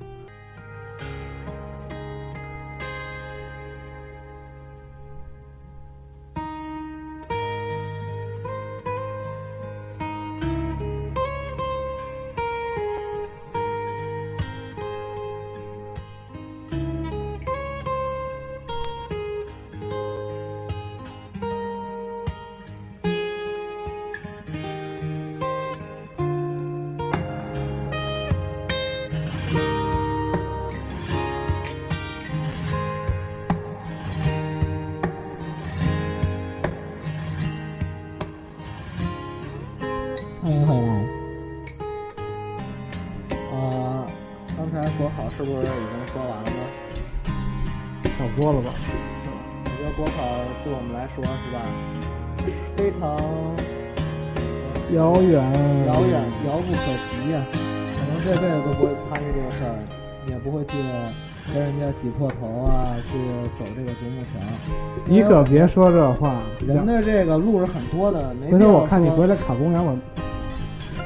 我觉得国考对我们来说是吧，非常遥远，遥远，遥不可及呀、可能这辈子都不会参与这个事儿，也不会去跟人家挤破头啊，去走这个独木桥。你可别说这话。人的这个路是很多的，没回必头要我看你说回来卡公园，我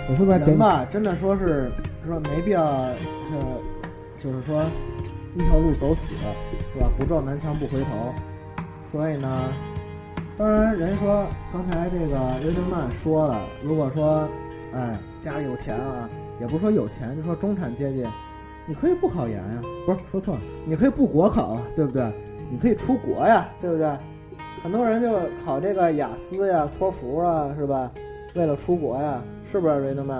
我是不是该点人你？吧，真的说是说没必要，呃，就是说一条路走死，是吧？不撞南墙不回头。所以呢，当然人说刚才这个维特曼说了，如果说哎家里有钱啊，也不是说有钱，就说中产阶级，你可以不考研呀、不是说错了，你可以不国考啊，对不对？你可以出国呀，对不对？很多人就考这个雅思呀、托福啊，是吧？为了出国呀，是不是瑞德曼？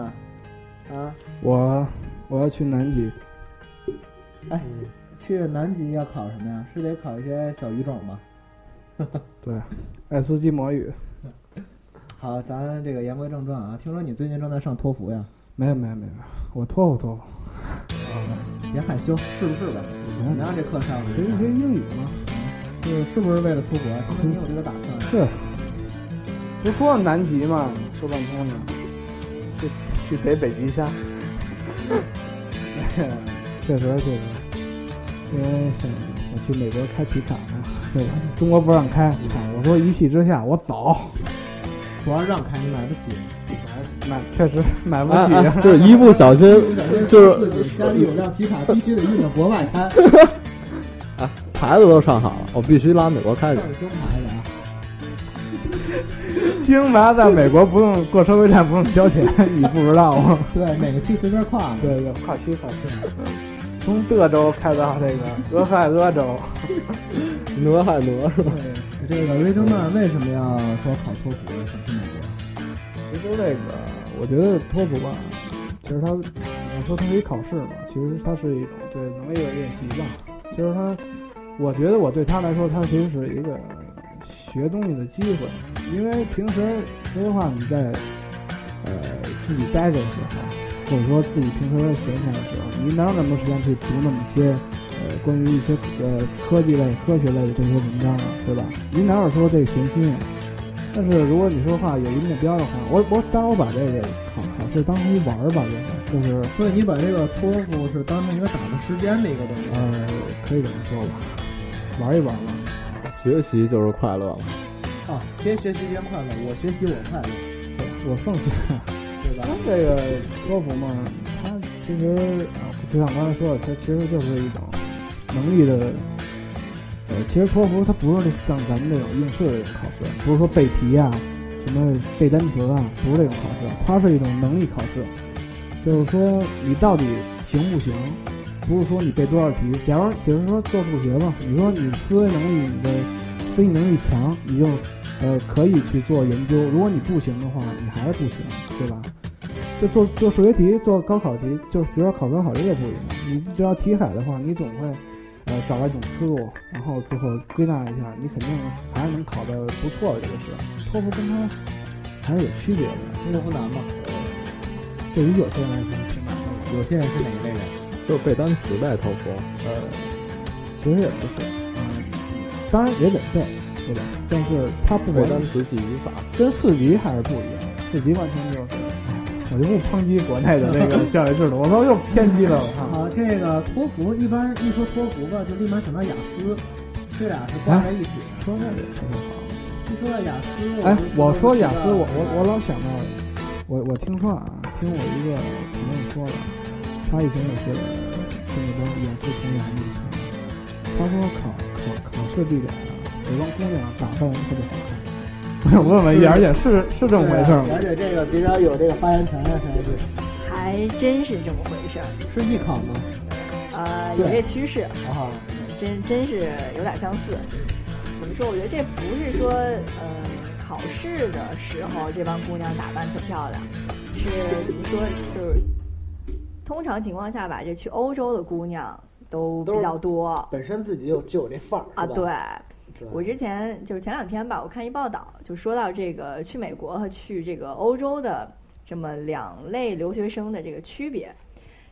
啊，我我要去南极，去南极要考什么呀？是得考一些小语种吗？对，爱斯基摩语。好，咱这个言归正传啊，听说你最近正在上托福呀？没有没有没有，我托付托付，别害羞，是不是吧？怎么样，这课上的？学一学英语嘛。是是不是为了出国？啊听说你有这个打算？是，不说南极嘛，说半天了，去去逮北极虾。 确实确实，因为想我去美国开皮卡嘛， 对吧？中国不让开，操！我说一气之下我走，主要让开，你买不起。买确实买不哎起。哎， 就是一不小心不小心就是自己家里有辆皮卡，必须得运到国外开，哎牌子都上好了，我必须拉美国开去上。个京牌的啊。金牌在美国不用过收费站，不用交钱，你不知道吗？对，哪个区随便跨啊嘛。对对，跨区跨区，从德州开到这个俄亥俄州。 哪还哪是吧？这个瑞德曼为什么要说考托福想去美国？其实这个，我觉得托福吧，其实它，我说它是一考试嘛，其实它是一种对能力的练习吧。其实它，我觉得我对他来说，它其实是一个学东西的机会，因为平时说实话，你在呃自己待着的时候，或者说自己平时闲暇的时候，你哪有那么多时间去读那么些呃关于一些呃科技类、科学类的这些文章啊，对吧？你哪有说这个闲心啊？但是如果你说话有一目标的话，我我当然我把这个考考试当成一玩儿吧，就是就是所以你把这个托福是当成一个打发时间的一个东西。呃，可以这么说吧，玩一玩吧。学习就是快乐嘛。啊，边学习边快乐，我学习我快乐，对，我放弃了。对吧他？这个托福嘛，它其实啊，就像刚才说的，它其实就是一种能力的。呃，其实托福它不是像咱们这种应试的这种考试，不是说背题啊、什么背单词啊，不是这种考试，它是一种能力考试，就是说你到底行不行，不是说你背多少题。假如假如说做数学吧，你说你思维能力、你的分析能力强，你就呃可以去做研究；如果你不行的话，你还是不行，对吧？就做做数学题、做高考题，就是比如说考高考这个不一样，你只要题海的话，你总会呃找到一种思路，然后最后归纳一下，你肯定还是能考的不错的。这个是托福跟它还是有区别的，托福难吗？对于有些人来说挺难的。有些人是哪一类人？就是背单词呗，托福。呃，其实也不是，嗯，当然也得背，对吧？但是它不背管单词记语法，跟四级还是不一样，四级完全就是，哎我就不抨击国内的这个教育制度，我操，又偏激了，我操！好，这个托福一般一说托福吧，就立马想到雅思，这俩是挂在一起的。说这个特别好。一说到雅思，哎，我就说知道啊雅思，我我我老想到，我我听说啊，听我一个朋友说了，他以前也是在那边远赴同洋的，他说考考考试地点啊，有帮姑娘打扮得特别好看。我 想问问一下，而且是是这么回事对啊吗而？且这个比较有这个发言权啊，陈老师。还真是这么回事儿。是艺考吗？呃，对有这趋势，啊，真真是有点相似。嗯怎么说？我觉得这不是说，呃，考试的时候这帮姑娘打扮特漂亮，是怎么说？就是通常情况下吧，这去欧洲的姑娘都比较多本身自己有就有这范儿啊。是吧嗯对，对我之前就是前两天吧，我看一报道，就说到这个去美国和去这个欧洲的这么两类留学生的这个区别。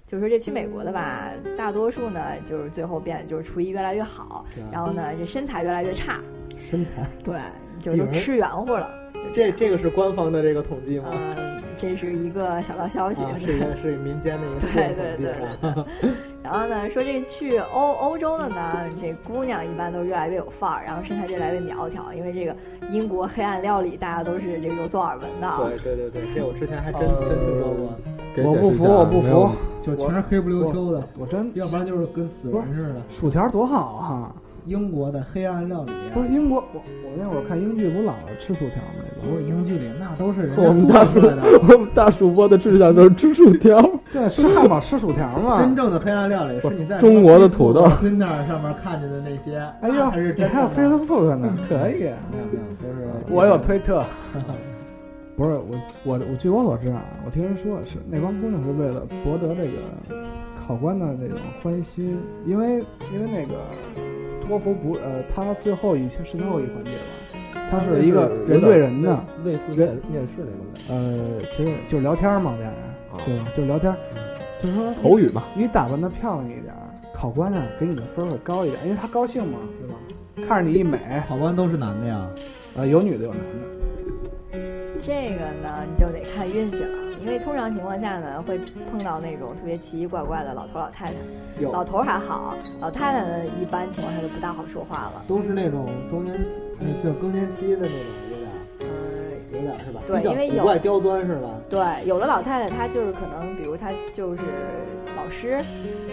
就是说这去美国的吧，嗯大多数呢就是最后变就是厨艺越来越好，对啊然后呢这身材越来越差，身材，对，就都吃圆乎了。就这样这个是官方的这个统计吗？呃，这是一个小道消息。啊，是一个是一个民间的一个思对想统对计对啊。对。然后呢，说这去欧欧洲的呢，这姑娘一般都越来越有范儿，然后身材越来越苗条，因为这个英国黑暗料理大家都是这个有所耳闻的啊。对对对对，这我之前还真哦呃真听说过，给我解不释一服下我不没有服就全是黑不溜秋的，我真要不然就是跟死人似的。薯条多好哈、英国的黑暗料理，啊不是英国，我我那会儿看英剧不老吃薯条吗？那不个是英剧里，那都是人我家们做大出主来的。我们大主播的志向就是吃薯条，对，吃汉堡吃薯条嘛。真正的黑暗料理是你在中国的土豆 Tinder 上面看见的那些，哎呦，那才是你真还有的呢。 Facebook 呢，可以。啊没有没有，都是我有推特。呃 不是我，我我据我所知啊，我听人说是那帮姑娘是为了博得这个考官的那种欢心，因为因为那个托福不呃，他最后一是最后一环节吧， 他是一个人对人的，类似人面试那种感觉，呃，其实就是聊天嘛，俩人对吧？就是聊天，嗯就是说你口语嘛，你打扮的漂亮一点儿，考官啊给你的分儿会高一点，因为他高兴嘛，对吧？看着你一美，考官都是男的呀，呃，有女的有男的，这个呢，你就得看运气了，因为通常情况下呢，会碰到那种特别奇奇怪怪的老头老太太。有老头还好，老太太呢，一般情况下就不大好说话了。都是那种中年期，呃哎，就是更年期的那种，有点儿嗯，有点儿是吧？对比较因为有古怪刁钻是吧？对，有的老太太她就是可能，比如她就是老师，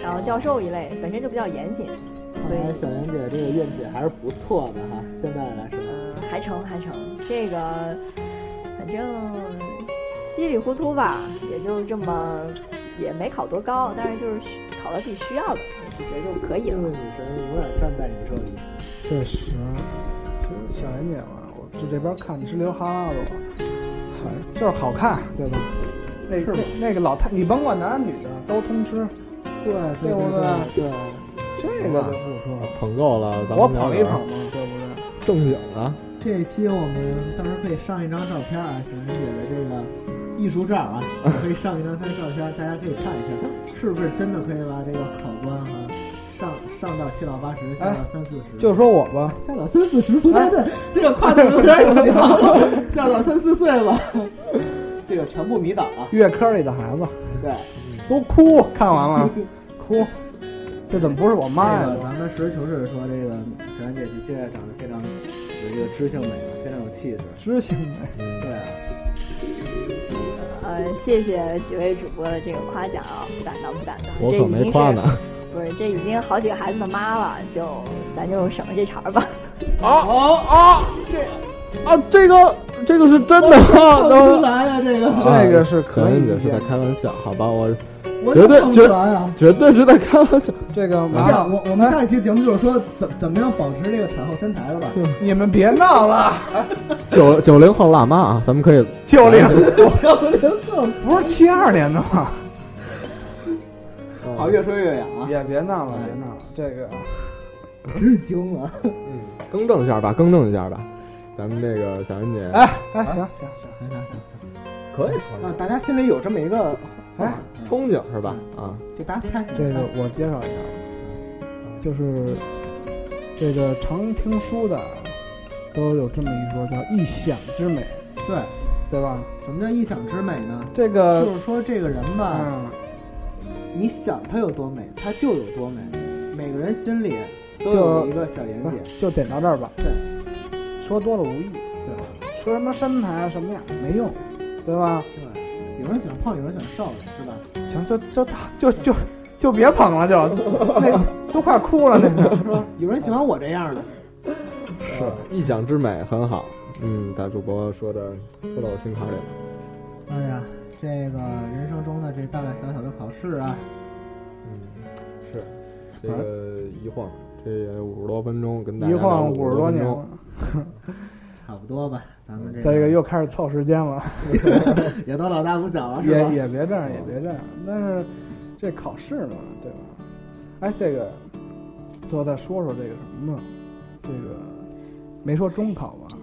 然后教授一类，本身就比较严谨，所看来以小妍姐这个运气还是不错的哈，现在来说，嗯，还成还成，这个反正稀里糊涂吧，也就这么，也没考多高，但是就是需考到自己需要的，我是觉得就可以幸了运。女神永远站在你这里。确实。其实小妍姐嘛，我这这边看你直流哈喇子，还就是好看，对吧？那是吗那那个老太，你甭管男女的都通吃，对对对不对对对，这个就不说了。捧够了，咱们我捧一聊点捧嘛，对不对？正经的，这一期我们到时候可以上一张照片啊，小妍姐的这个艺术 照啊，可以上一张她的照片，大家可以看一下，是不是真的可以把这个考官哈、上上到七老八十，下到三四十，哎就哎说我吧，下到三四十不太对，这个跨度有点 小，下到三四岁吧。这个全部迷倒啊！月科里的孩子对，都哭，看完了哭，这怎么不是我妈这呀个？咱们实事求是说，这个小妍姐的确长得非常有这个知性美嘛，非常有气质。知性美。嗯对啊，呃，谢谢几位主播的这个夸奖啊，不敢当不敢当，我这可已经没是夸呢。不是，这已经好几个孩子的妈了，就咱就省着这茬儿吧。啊啊啊！这啊，这个这个是真的啊！看不出都来啊，这个这个是可以小姐理是解在的。开玩笑，好吧？我我绝就对看不绝出来啊。绝对是在开玩笑。这个这麻样，我我们哎下一期节目就是说怎怎么样保持这个产后身材了吧？ 你们别闹了，九九零后辣妈啊，咱们可以九零 九零后不是七二年的吗？好，越说越远啊！也别闹了，别闹了，这个真是惊了，嗯更正一下吧，更正一下吧。咱们这个小云姐，哎哎，行行行，可以啊，大家心里有这么一个，嗯哎，憧憬是吧？嗯啊，就大家猜这个我介绍一下，就是这个常听书的都有这么一说，叫“异想之美对。”，对吧？什么叫异想之美呢？这呃个就是啊说这个人吧，嗯，你想她有多美，她就有多美。每个人心里都有一个小妍不姐是。就点到这儿吧。对，说多了无益， 对吧？说什么身材啊什么呀没用，对吧？对，有人喜欢胖，有人喜欢瘦的，是吧？行，就就就就就别捧了，就那都快哭了那个。是吧？有人喜欢我这样的，是啊异想之美很好。嗯，大主播说的说到我心坎里了。哎呀，这个人生中的这大大小小的考试啊，嗯，是这个一晃，这五十多分钟跟大家哎一聊晃了五十多分年钟了，差不多吧，咱们这这个又开始凑时间了，也都老大不小了，是也吧？哦也别这样，也别这样。但是这考试嘛，对吧？哎，这个最后再说说这个什么，这个没说中考吧？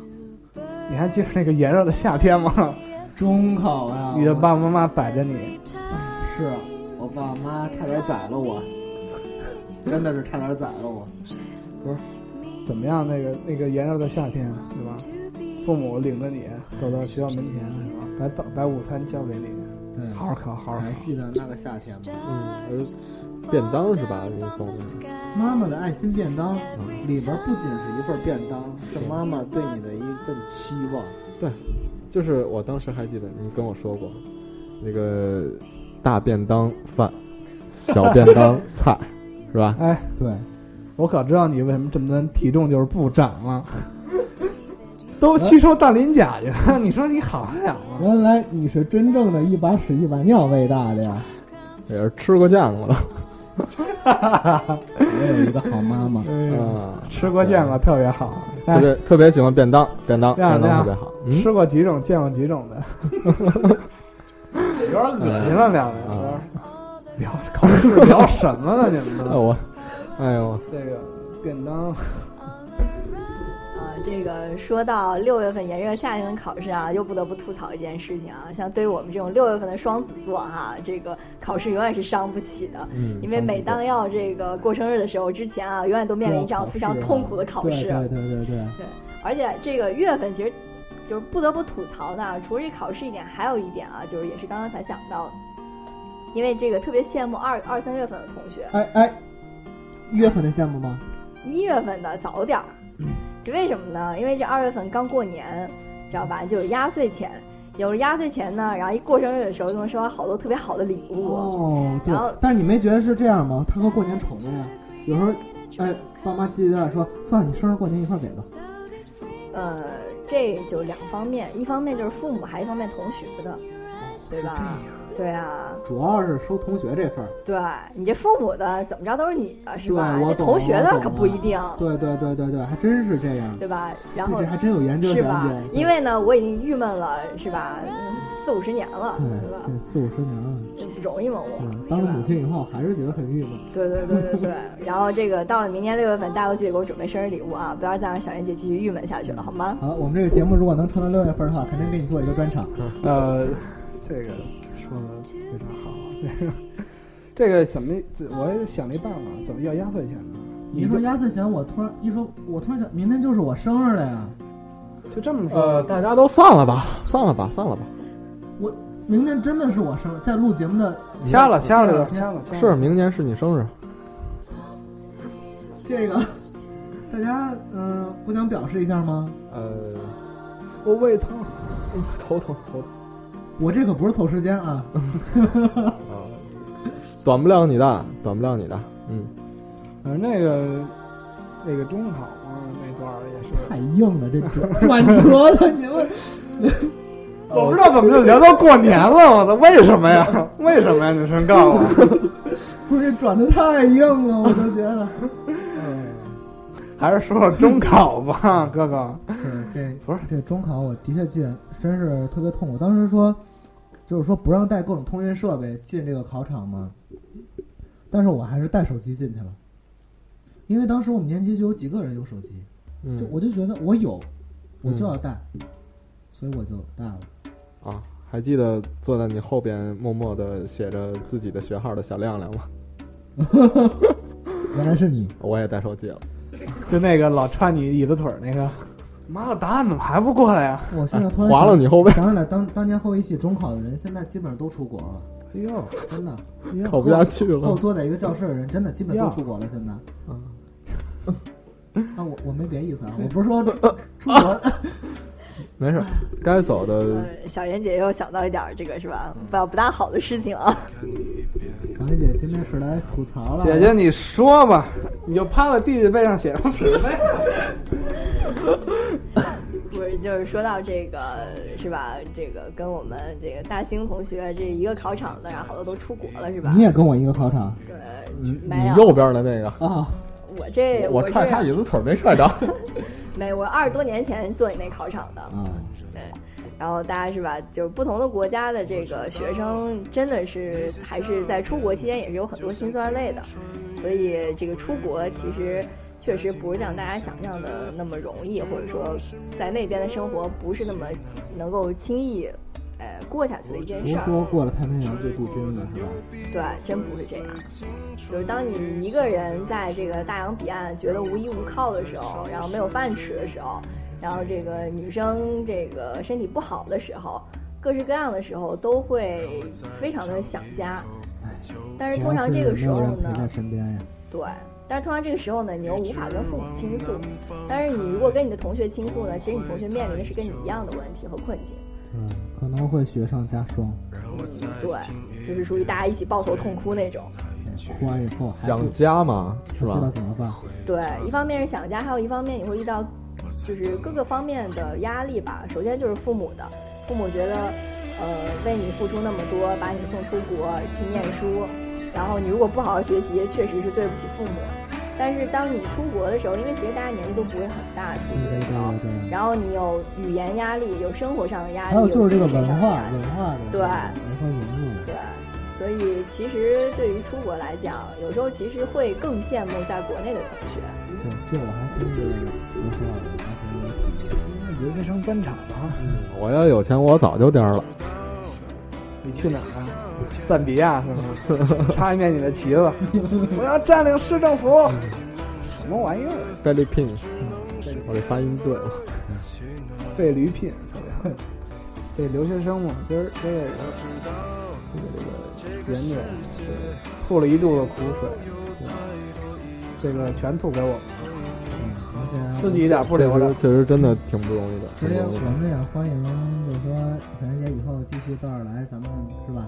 你还记得那个炎热的夏天啊吗？中考啊，你的爸爸妈妈逮着你，啊是我爸妈差点宰了 我，真的是差点宰了我。怎么样？那个那个炎热的夏天，对吧？父母领着你走到学校门前，把把把午餐交给你，对，好好考，好好还考。记得那个夏天吗？嗯，而便当是吧？给你送的，妈妈的爱心便当里边不仅是一份便当，是妈妈对你的一份期望。就是我当时还记得你跟我说过，那个大便当饭，小便当 菜，是吧？哎，对，我可知道你为什么这么多人体重就是不长了，都吸收氮磷钾去了。 你说你好啊得了吗？原来你是真正的一把屎一把尿喂大的呀！也是吃过见过的我有一个好妈妈，啊，嗯吃过见过，特别好。特哎，别特别喜欢便当，便当亮便当亮特别好。嗯，吃过几种，见过几种的，有点恶心了，两个人啊聊考试聊什么了？你们哎都我，哎呦，这个便当，呃，这个说到六月份炎热夏天的考试啊，又不得不吐槽一件事情啊，像对于我们这种六月份的双子座哈、这个考试永远是伤不起的，嗯， 因为每当要这个过生日的时候之前啊，永远都面临一场非常痛苦的考对试。啊对对对对，而且这个月份其实就是不得不吐槽的啊，除了这考试一点，还有一点啊，就是也是刚刚才想到的，因为这个特别羡慕二二三月份的同学，哎哎，一月份的羡慕吗？一月份的早点儿，嗯就为什么呢？因为这二月份刚过年，知道吧？就有压岁钱，有了压岁钱呢，然后一过生日的时候就能收到好多特别好的礼物。哦，对然后，但是你没觉得是这样吗？他和过年瞅着呀，有时候，哎，爸妈叽叽喳喳说，算了，你生日过年一块儿给吧。呃，这就两方面，一方面就是父母，还一方面同学的，对吧？对啊，主要是收同学这份儿。对你这父母的怎么着都是你的，是对吧？我这懂同学我的懂可不一定，对对对对对，还真是这样。对吧？然对，后这还真有研究是吧详解。？因为呢，我已经郁闷了，是吧？四五十年了，对对吧？对四五十年了，这不容易吗？我嗯，当是了吧母亲以后还是觉得很郁闷。对对对对对。然后这个到了明年六月份，大家都记得给我准备生日礼物啊，不要再让小燕姐继续郁闷下去了，好吗？好，我们这个节目如果能撑到六月份的话，肯定给你做一个专场。呃，这个说的非常好。啊这个这个怎么，这我也想了一办法，怎么要压岁钱呢？你说压岁钱，我突然一说，我突然想，明天就是我生日了呀！就这么呃，说，大家都散了吧，散了吧，散了吧。明天真的是我生日，在录节目的掐了掐了掐了，掐了是，明年是你生日，这个，大家嗯、呃不想表示一下吗？呃，我胃疼。 头疼头疼我这可不是凑时间啊，啊，短不了你的，短不了你的，嗯，反正那个那个中考嘛，那段儿也是，太硬了，这转转折的你们我不知道怎么就聊到过年了，我操，为什么呀？为什么呀？你先告诉 我。不是转的太硬了，我都觉得。嗯还是说说中考吧， 哥哥。是这 不是这中考，我的确记得真是特别痛苦。当时说，就是说不让带各种通讯设备进这个考场嘛，但是我还是带手机进去了，因为当时我们年级就有几个人有手机，就嗯我就觉得我有，我就要带，所以我就带了。啊，还记得坐在你后边默默的写着自己的学号的小亮亮吗？原来是你，我也带手机了，就那个老踹你椅子腿儿那个，妈的，答案怎么还不过来呀？我现在突然划了你 后背，想起来当当年后一系中考的人，现在基本上都出国了，哎呦，真的。考不下去后了。坐在一个教室的人，真的基本都出国了。现在，嗯啊，我我没别意思 啊，我不是说出国，没事，该走的呃，小燕姐又想到一点儿这个是吧？不要不大好的事情啊。 小丽姐今天是来吐槽了。姐姐你说吧，你就趴在弟弟背上写上纸呗。不是，就是说到这个是吧？这个跟我们这个大兴同学这一个考场的，然后好多都出国了是吧你？也跟我一个考场对，你没你有右边的那个，啊？我这我是踹他椅子腿儿 没踹着。没，我二十多年前做你那考场的，啊，对。然后大家是吧？就是不同的国家的这个学生，真的是还是在出国期间也是有很多辛酸泪的，所以这个出国其实确实不是像大家想象的那么容易，或者说在那边的生活不是那么能够轻易呃过下去的一件事不儿。说过了太平洋就镀金了，是吧？对，真不是这样。就是当你一个人在这个大洋彼岸觉得无依无靠的时候，然后没有饭吃的时候，然后这个女生这个身体不好的时候，各式各样的时候都会非常的想家，但是哎通常这个时候主要是没有人呢陪，在身边呀。对，但是通常这个时候呢，你又无法跟父母倾诉，但是你如果跟你的同学倾诉呢，其实你同学面临的是跟你一样的问题和困境，嗯嗯，可能会雪上加霜。对，就是属于大家一起抱头痛哭那种。哎哭完以后还不想家嘛，是不知道吧？怎么办。对，一方面是想家，还有一方面你会遇到就是各个方面的压力吧。首先就是父母的，父母觉得呃为你付出那么多，把你送出国去念书，然后你如果不好好学习，确实是对不起父母。但是当你出国的时候，因为其实大家年纪都不会很大，出对去对的时候对，对对。然后你有语言压力，有生活上的压力，嗯还有就是这个精神文上的压化，力文化的对文化融入。对，所以其实对于出国来讲，有时候其实会更羡慕在国内的同学。对，这我还真是有所耳闻，当时没有体验。你留学生专场啊？我要有钱，我早就颠儿了。你去哪儿啊？赞比亚是 吗？插一面你的旗子， 嗯我要占领市政府。什么玩意儿？啊菲律宾，嗯嗯我这发音对吗？费驴聘特别好。这留学生嘛，今儿这个这个这个研究，吐了一肚子苦水，这个全吐给我们，嗯而且自己一点不确留着实，。确实真的挺不容易的。其挺实不容易我的们也欢迎，就是说小妍姐以后继续到这儿来，咱们是吧？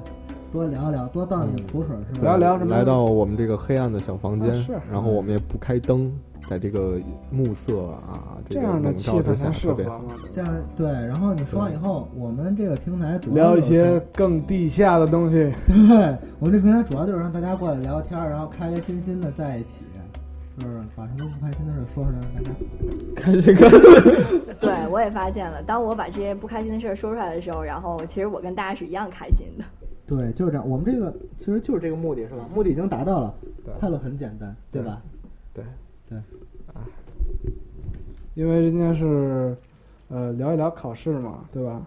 多聊聊，多倒点苦水，是吧？不要聊什么来到我们这个黑暗的小房间啊是，然后我们也不开灯，在这个暮色啊这个样的笼气罩氛之下才适特合别好。嘛。这样对，然后你说完以后，我们这个平台主要聊一就是些更地下的东西， 对，我们这平台主要就是让大家过来聊天儿，然后开开心心的在一起，就是把什么不开心的事儿说出来，让大家开心 啊开心，对，我也发现了，当我把这些不开心的事儿说出来的时候，然后其实我跟大家是一样开心的。对，就是这样。我们这个其实就是这个目的，是吧？目的已经达到了，对快乐很简单，对吧？对，因为人家是，呃，聊一聊考试嘛，对吧？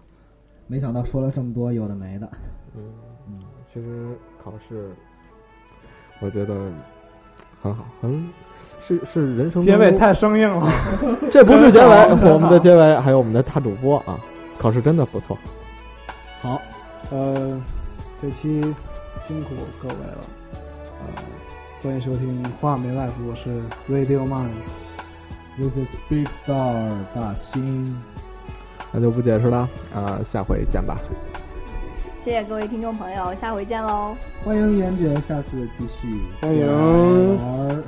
没想到说了这么多有的没的，嗯，其实考试，我觉得很好，很是是人生结尾中太生硬了，这不是结尾很好很，好我们的结尾还有我们的大主播啊，考试真的不错，好，呃，这期辛苦各位了，呃，欢迎收听《话梅 life》，我是 Radio Man， This is Big Star 大兴。那就不解释了啊、下回见吧。谢谢各位听众朋友，下回见喽。欢迎严爵，下次继续欢迎玩儿。